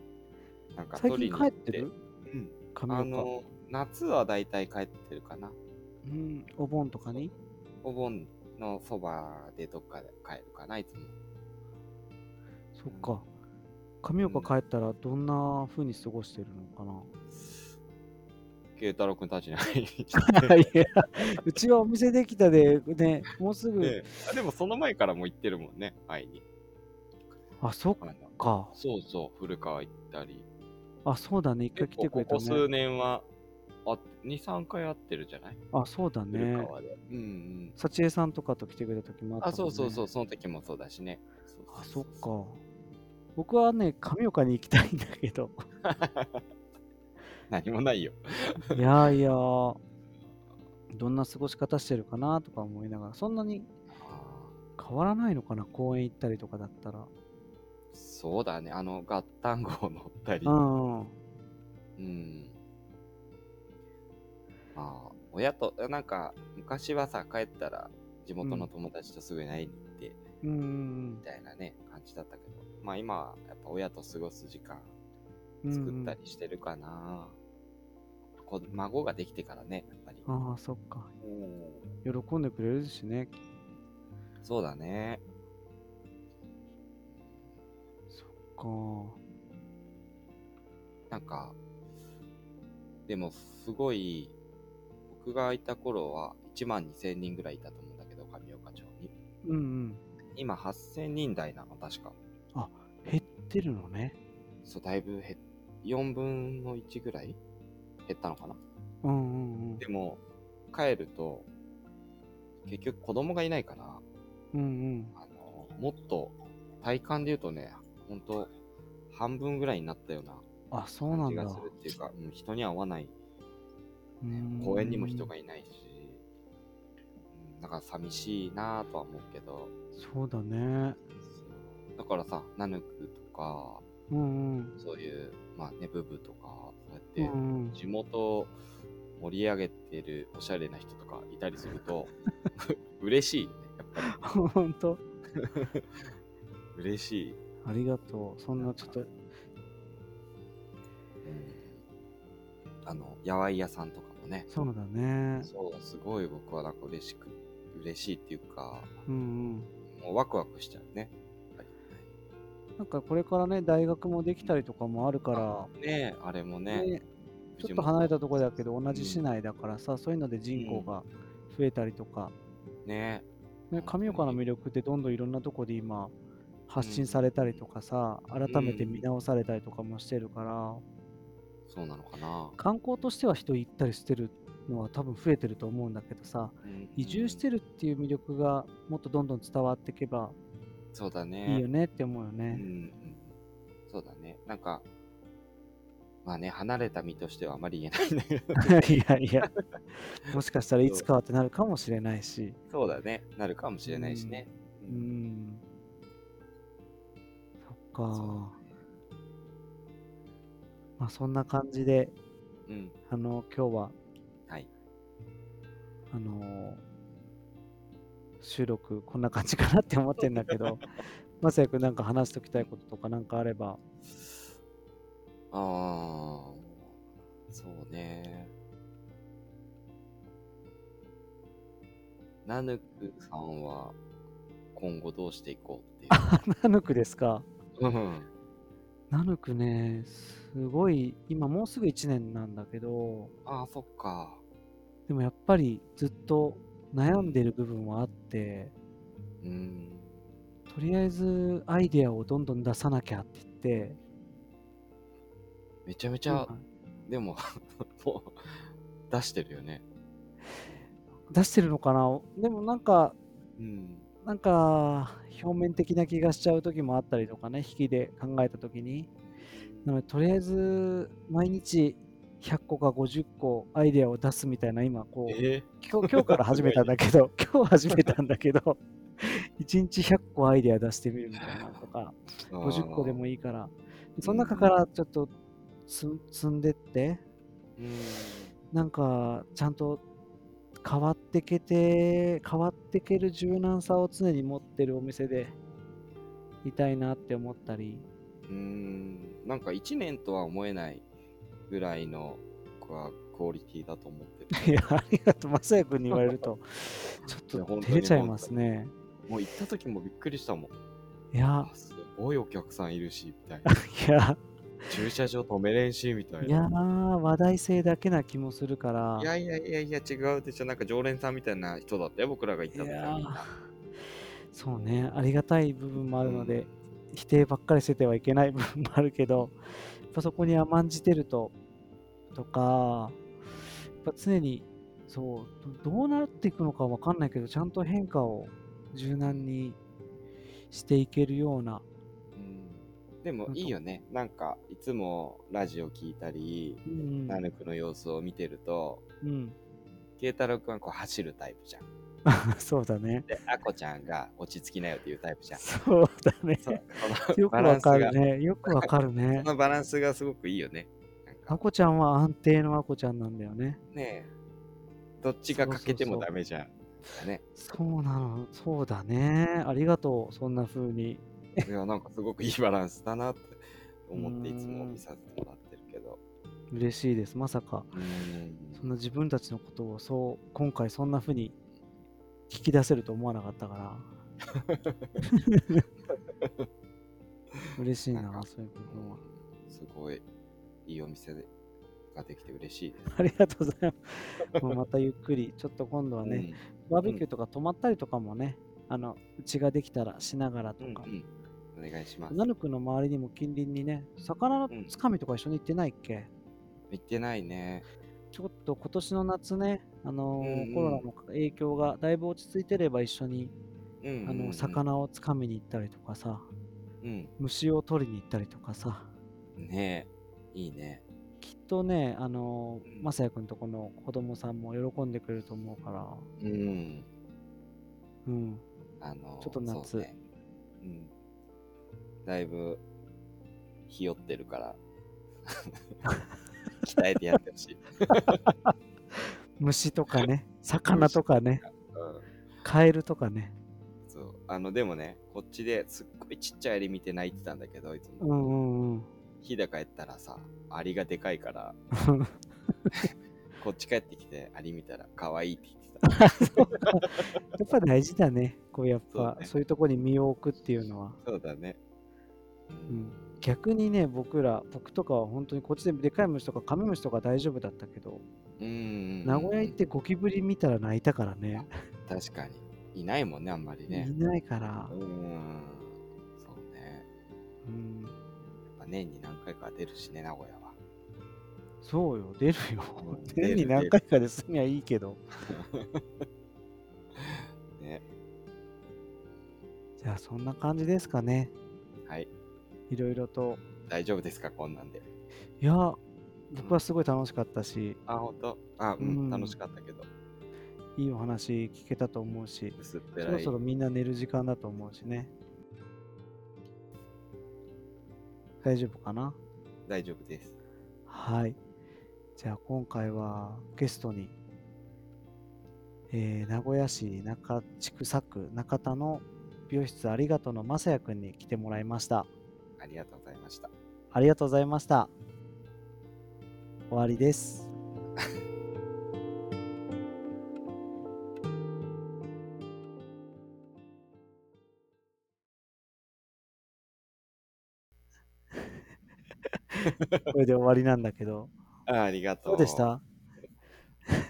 [SPEAKER 2] なんか
[SPEAKER 1] 最
[SPEAKER 2] 撮り
[SPEAKER 1] 近
[SPEAKER 2] に
[SPEAKER 1] 帰
[SPEAKER 2] 行
[SPEAKER 1] っ
[SPEAKER 2] って
[SPEAKER 1] てる
[SPEAKER 2] うん、
[SPEAKER 1] 髪
[SPEAKER 2] あ
[SPEAKER 1] 岡、
[SPEAKER 2] の、夏はだいたい帰ってるかな。
[SPEAKER 1] うん、お盆とかに
[SPEAKER 2] お盆のそばでどっかで帰るかな、いつも。
[SPEAKER 1] そっか。神岡帰ったらどんな風に過ごしてるのかな、
[SPEAKER 2] 慶太郎くんたちに 会いに来 て。
[SPEAKER 1] いやうちはお店できたで、ね、もうすぐ、
[SPEAKER 2] ねあでもその前からも行ってるもんね、会いに。
[SPEAKER 1] あ、そっ
[SPEAKER 2] あの
[SPEAKER 1] か。
[SPEAKER 2] そうそう、古川行ったり。
[SPEAKER 1] あ、そうだね。一回
[SPEAKER 2] 結
[SPEAKER 1] 来て
[SPEAKER 2] 構
[SPEAKER 1] く
[SPEAKER 2] こ
[SPEAKER 1] れた
[SPEAKER 2] こ
[SPEAKER 1] ね。
[SPEAKER 2] 数年は、あ、2、3回会ってるじゃない
[SPEAKER 1] あ、そうだ
[SPEAKER 2] 古
[SPEAKER 1] ね。
[SPEAKER 2] 川で。うんうん。
[SPEAKER 1] 幸恵さんとかと来てくれた時もあった、
[SPEAKER 2] あ、
[SPEAKER 1] ね。
[SPEAKER 2] そうそうそう、。その時もそうだしね。う
[SPEAKER 1] あ、
[SPEAKER 2] そ
[SPEAKER 1] そうっ
[SPEAKER 2] そう
[SPEAKER 1] か。僕はね、神岡に行きたいんだけど。
[SPEAKER 2] 何もないよ。
[SPEAKER 1] いやいや、どんな過ごし方してるかなとか思いながら、そんなに変わらないのかな、公園行ったりとかだったら。
[SPEAKER 2] そうだね、あの、ガッタンゴを乗ったり
[SPEAKER 1] う。んうん。
[SPEAKER 2] うん。まあ、親と、なんか、昔はさ、帰ったら、地元の友達とすぐに会いに行って、
[SPEAKER 1] うんうん
[SPEAKER 2] みたいなね、感じだったけど、まあ今は、やっぱ親と過ごす時間、
[SPEAKER 1] うん。
[SPEAKER 2] 作った
[SPEAKER 1] うん
[SPEAKER 2] りしてるかな。こ孫ができてからね、やっぱり。
[SPEAKER 1] うん。ああ、そっか。
[SPEAKER 2] うん
[SPEAKER 1] 喜んでくれるしね。
[SPEAKER 2] そうだね。
[SPEAKER 1] そっか。
[SPEAKER 2] なんか、でもすごい、僕がいた頃は1万2000人ぐらいいたと思うんだけど、神岡町に。
[SPEAKER 1] うんうん。
[SPEAKER 2] 今8000人台なの、確か。
[SPEAKER 1] 減ってるのね。
[SPEAKER 2] そう、だいぶ減っ、4分の1ぐらい減ったのかな。
[SPEAKER 1] うんうんうん
[SPEAKER 2] で。も、帰ると、結局子供がいないから、
[SPEAKER 1] うんうん。
[SPEAKER 2] あの、もっと体感で言うとね、ほんと、半分ぐらいになったような
[SPEAKER 1] あ、そうな
[SPEAKER 2] 感
[SPEAKER 1] ん
[SPEAKER 2] じ
[SPEAKER 1] だ
[SPEAKER 2] が。するっていうか、うん人には合わない
[SPEAKER 1] うん
[SPEAKER 2] 公園にも人がいないし、うんだから寂しいなぁとは思うけど、
[SPEAKER 1] そうだね。
[SPEAKER 2] そうだからさ、ナヌクとか、
[SPEAKER 1] うんうん。
[SPEAKER 2] そういう、まあね、ブブとか、そう
[SPEAKER 1] う
[SPEAKER 2] やっ
[SPEAKER 1] んうん
[SPEAKER 2] て、地元を盛り上げてるおしゃれな人とかいたりすると、 嬉しいよね、やっぱり。
[SPEAKER 1] ほんと。
[SPEAKER 2] 嬉しい。
[SPEAKER 1] ありがとう。そんなちょっと、
[SPEAKER 2] うんあの、やわい屋さんとかもね、
[SPEAKER 1] そうだね。
[SPEAKER 2] そう、すごい僕はなんか嬉しく、嬉しいっていうか、
[SPEAKER 1] うんうん。
[SPEAKER 2] もうワクワクしちゃうね。
[SPEAKER 1] なんかこれからね、大学もできたりとかもあるか
[SPEAKER 2] ねえあれも
[SPEAKER 1] ら、
[SPEAKER 2] ね、
[SPEAKER 1] ね、ちょっと離れたところだけど、同じ市内だからさ、そういうので人口が増えたりとか、
[SPEAKER 2] ねえ
[SPEAKER 1] ね、神岡の魅力ってどんどんいろんなとこで今、発信されたりとかさ、改めて見直されたりとかもしてるから、
[SPEAKER 2] そうなのかな。
[SPEAKER 1] 観光としては人行ったりしてるのは多分増えてると思うんだけどさ、
[SPEAKER 2] うん
[SPEAKER 1] 移住してるっていう魅力がもっとどんどん伝わっていけば
[SPEAKER 2] そうだね。
[SPEAKER 1] いいよねって思うよ
[SPEAKER 2] うんう
[SPEAKER 1] ね。
[SPEAKER 2] ん。そうだね。なんか、まあね、離れた身としてはあまり言えないんだけど、
[SPEAKER 1] いやいや、もしかしたらいつかはってなるかもしれないし。
[SPEAKER 2] そうだね。なるかもしれないしね。
[SPEAKER 1] う
[SPEAKER 2] うん
[SPEAKER 1] ん。そっか。
[SPEAKER 2] そうだね
[SPEAKER 1] まあそんな感じで、
[SPEAKER 2] うん。
[SPEAKER 1] あの、今日は、
[SPEAKER 2] はい。
[SPEAKER 1] あのー収録こんな感じかなって思ってんだけ ど、まさやくんなんか話しときたいこととかなんかあれば、
[SPEAKER 2] ああ、そうね。ナヌクさんは今後どうしていこうってい
[SPEAKER 1] ナヌクですか
[SPEAKER 2] う。うん
[SPEAKER 1] ナヌクね、すごい、今もうすぐ1年なんだけど、
[SPEAKER 2] ああ、そっか。
[SPEAKER 1] でもやっぱりずっと悩んでる部分はあって、
[SPEAKER 2] うん。
[SPEAKER 1] とりあえずアイデアをどんどん出さなきゃって言って、
[SPEAKER 2] めちゃめちゃ
[SPEAKER 1] 今、
[SPEAKER 2] でも、 もう出してるよね。
[SPEAKER 1] 出してるのかなでもなんか、
[SPEAKER 2] うん。
[SPEAKER 1] なんか表面的な気がしちゃう時もあったりとかね、引きで考えた時に。なので、とりあえず毎日100個か50個アイデアを出すみたいな、今こう、
[SPEAKER 2] え
[SPEAKER 1] 今日今日から始めたんだけど、今日始めたんだけど、1日100個アイデア出してみるみたいなのとか、50個でも
[SPEAKER 2] いい。
[SPEAKER 1] いいから、その中からちょっとつ積んでって、
[SPEAKER 2] うん。
[SPEAKER 1] なんかちゃんと変わってけて、変わってける柔軟さを常に持ってるお店でいたいなって思ったり、
[SPEAKER 2] うん。なんか1年とは思えないぐらいの僕はクオリティだと思ってる。
[SPEAKER 1] いや、ありがとう、まさやくんに言われる と、ち
[SPEAKER 2] い
[SPEAKER 1] ょ
[SPEAKER 2] や
[SPEAKER 1] っと
[SPEAKER 2] 本当
[SPEAKER 1] 照れ
[SPEAKER 2] に
[SPEAKER 1] ちゃいますね。
[SPEAKER 2] もう行った時もびっくりしたもん。
[SPEAKER 1] いや
[SPEAKER 2] あ、、すごいお客さんいるし、みたい な。
[SPEAKER 1] いや、
[SPEAKER 2] 駐車場止めれんし、みたい
[SPEAKER 1] いや
[SPEAKER 2] な。
[SPEAKER 1] ー、話題性だけな気もするから。
[SPEAKER 2] いやいやいやいや、違うでしょ。なんか常連さんみたいな人だったよ、僕らが行った
[SPEAKER 1] い
[SPEAKER 2] 時
[SPEAKER 1] や
[SPEAKER 2] は
[SPEAKER 1] ー
[SPEAKER 2] みんな。
[SPEAKER 1] そうね、ありがたい部分もあるので、
[SPEAKER 2] うん
[SPEAKER 1] 否定ばっかりしててはいけない部分もあるけど、やっぱそこに甘んじてると、とか、やっぱ常に、そう、どどうなっていくのかわかんないけど、ちゃんと変化を柔軟にしていけるような、
[SPEAKER 2] でもいいよね。なんか、いつもラジオ聞いたり、
[SPEAKER 1] うん、
[SPEAKER 2] ナヌクの様子を見てると、
[SPEAKER 1] うん、
[SPEAKER 2] ケイタロウくんはこう走るタイプじゃん。
[SPEAKER 1] そうだね。
[SPEAKER 2] で、アコちゃんが落ち着きなよっていうタイプじゃん。
[SPEAKER 1] そうだね。
[SPEAKER 2] そうこ の
[SPEAKER 1] よく
[SPEAKER 2] バラ
[SPEAKER 1] わ
[SPEAKER 2] ンス
[SPEAKER 1] かる
[SPEAKER 2] が、
[SPEAKER 1] ね。よくわかる
[SPEAKER 2] そ
[SPEAKER 1] ね。
[SPEAKER 2] のバランスがすごくいいよね。なん
[SPEAKER 1] あ
[SPEAKER 2] か
[SPEAKER 1] こちゃんは安定のあこちゃんなんだよね。
[SPEAKER 2] ねえ、どっちが欠けても
[SPEAKER 1] そうそうそう
[SPEAKER 2] ダメじゃん。なんかね。
[SPEAKER 1] そうなの、そうだね。ありがとう、そんな風に。
[SPEAKER 2] いや、なんかすごくいいバランスだなって思って、
[SPEAKER 1] う
[SPEAKER 2] い
[SPEAKER 1] ーん
[SPEAKER 2] つも見させてもらってるけど。
[SPEAKER 1] 嬉しいです。まさか、
[SPEAKER 2] うーん
[SPEAKER 1] そんな自分たちのことをそう、今回そんな風に聞き出せると思わなかったから。嬉しいな、
[SPEAKER 2] なんか
[SPEAKER 1] そういう部分は。
[SPEAKER 2] すごいいいお店ができて嬉しいです。
[SPEAKER 1] ありがとうございます。もうまたゆっくり、ちょっと今度はね、バーベキューとか泊まったりとかもね、あの、うちができたらしながら
[SPEAKER 2] う
[SPEAKER 1] と
[SPEAKER 2] ん、うん、
[SPEAKER 1] か。
[SPEAKER 2] うんお願いします。
[SPEAKER 1] ナヌクの周りにも近隣にね、魚の
[SPEAKER 2] うん
[SPEAKER 1] つかみとか一緒に行ってないっけ、
[SPEAKER 2] 行ってないね。
[SPEAKER 1] ちょっと今年の夏ね、あのー
[SPEAKER 2] うんうん
[SPEAKER 1] コロナの影響がだいぶ落ち着いてれば一緒に、
[SPEAKER 2] うんうん、
[SPEAKER 1] あの魚をつかみに行ったりとかさ、
[SPEAKER 2] うん。
[SPEAKER 1] 虫を取りに行ったりとかさ、
[SPEAKER 2] ねえ、いいね。
[SPEAKER 1] きっとね、あの
[SPEAKER 2] うん
[SPEAKER 1] ー、まさやくんとこの子供さんも喜んでくれると思うから、
[SPEAKER 2] うん。
[SPEAKER 1] うん、
[SPEAKER 2] あの、
[SPEAKER 1] ちょっと夏
[SPEAKER 2] そうねうん。だいぶ、ひよってる から、鍛えてやってほしい。
[SPEAKER 1] 虫とか ね、魚とかね、
[SPEAKER 2] うん
[SPEAKER 1] カエルとかね、
[SPEAKER 2] そう。あの、でもね、こっちですっごいちっちゃいアリ見て泣いてたんだけど、いつ
[SPEAKER 1] うんう
[SPEAKER 2] も。
[SPEAKER 1] んうん。
[SPEAKER 2] 日高やったらさ、アリがでかいから、こっち帰ってきて、アリ見たら、可愛いって言ってた。
[SPEAKER 1] やっぱ大事だね、こうやっぱ
[SPEAKER 2] そうね
[SPEAKER 1] そういうとこに身を置くっていうのは。
[SPEAKER 2] そうだね。う。
[SPEAKER 1] うんん逆にね、僕ら、僕とかは本当にこっちででかい虫とかカメムシとか大丈夫だったけど、
[SPEAKER 2] うん
[SPEAKER 1] 名古屋行ってゴキブリ見たら泣いたからね。
[SPEAKER 2] 確かに。いないもんね、あんまりね
[SPEAKER 1] い。ないから
[SPEAKER 2] う、ん。そうね。
[SPEAKER 1] うん、
[SPEAKER 2] まあ年に何回か出るしね、名古屋は。
[SPEAKER 1] そうよ、出るよ
[SPEAKER 2] うん。
[SPEAKER 1] 出るに
[SPEAKER 2] 出る
[SPEAKER 1] 何回かで済みゃいいけど。
[SPEAKER 2] ね。
[SPEAKER 1] じゃあ、そんな感じですかね。
[SPEAKER 2] はい。
[SPEAKER 1] いろいろと。
[SPEAKER 2] 大丈夫ですかこんなんで。
[SPEAKER 1] いや、僕はすごい楽しかったし、
[SPEAKER 2] あ、ほんとあ、うん、
[SPEAKER 1] うん
[SPEAKER 2] 楽しかったけど。
[SPEAKER 1] いいお話聞けたと思うし、
[SPEAKER 2] 薄っぺ
[SPEAKER 1] そ
[SPEAKER 2] ら
[SPEAKER 1] ろ
[SPEAKER 2] い。
[SPEAKER 1] そろみんな寝る時間だと思うしね。大丈夫かな
[SPEAKER 2] 大丈夫です。
[SPEAKER 1] はい。じゃあ今回はゲストに、えー名古屋市中地区佐区中田の美容室ありがとうのまさやくんに来てもらいました。
[SPEAKER 2] ありがとうございました。
[SPEAKER 1] ありがとうございました。終わりです。これで終わりなんだけど、
[SPEAKER 2] あありがとう。
[SPEAKER 1] どうでした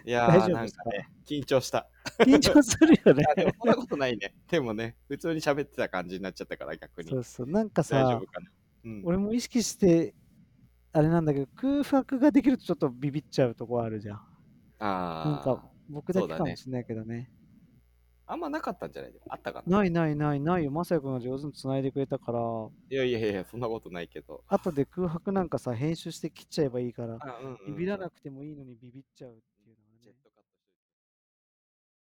[SPEAKER 2] いや
[SPEAKER 1] 大
[SPEAKER 2] ー、
[SPEAKER 1] 丈夫
[SPEAKER 2] な
[SPEAKER 1] で
[SPEAKER 2] ん
[SPEAKER 1] す
[SPEAKER 2] か
[SPEAKER 1] か
[SPEAKER 2] ね、緊張した。
[SPEAKER 1] 緊張するよね
[SPEAKER 2] あ、。でもそんなことないね。 でもね、普通に喋ってた感じになっちゃったから、逆に
[SPEAKER 1] そ。うそう、なんか
[SPEAKER 2] 大丈
[SPEAKER 1] さ
[SPEAKER 2] 夫、かな。うん、
[SPEAKER 1] 俺も意識して、あれなんだけど、空白ができるとちょっとビビっちゃうとこあるじゃん。
[SPEAKER 2] あー
[SPEAKER 1] なんか、僕だけ
[SPEAKER 2] そうだね
[SPEAKER 1] かもしれないけどね。
[SPEAKER 2] あんまなかったんじゃないでもあったかな。
[SPEAKER 1] ないないないないよ、まさやくんが上手に繋いでくれたから、
[SPEAKER 2] いやいやいや、そんなことないけど。
[SPEAKER 1] 後で空白なんかさ、編集して切っちゃえばいいから、
[SPEAKER 2] あうんうん
[SPEAKER 1] ビビらなくてもいいのにビビっちゃう。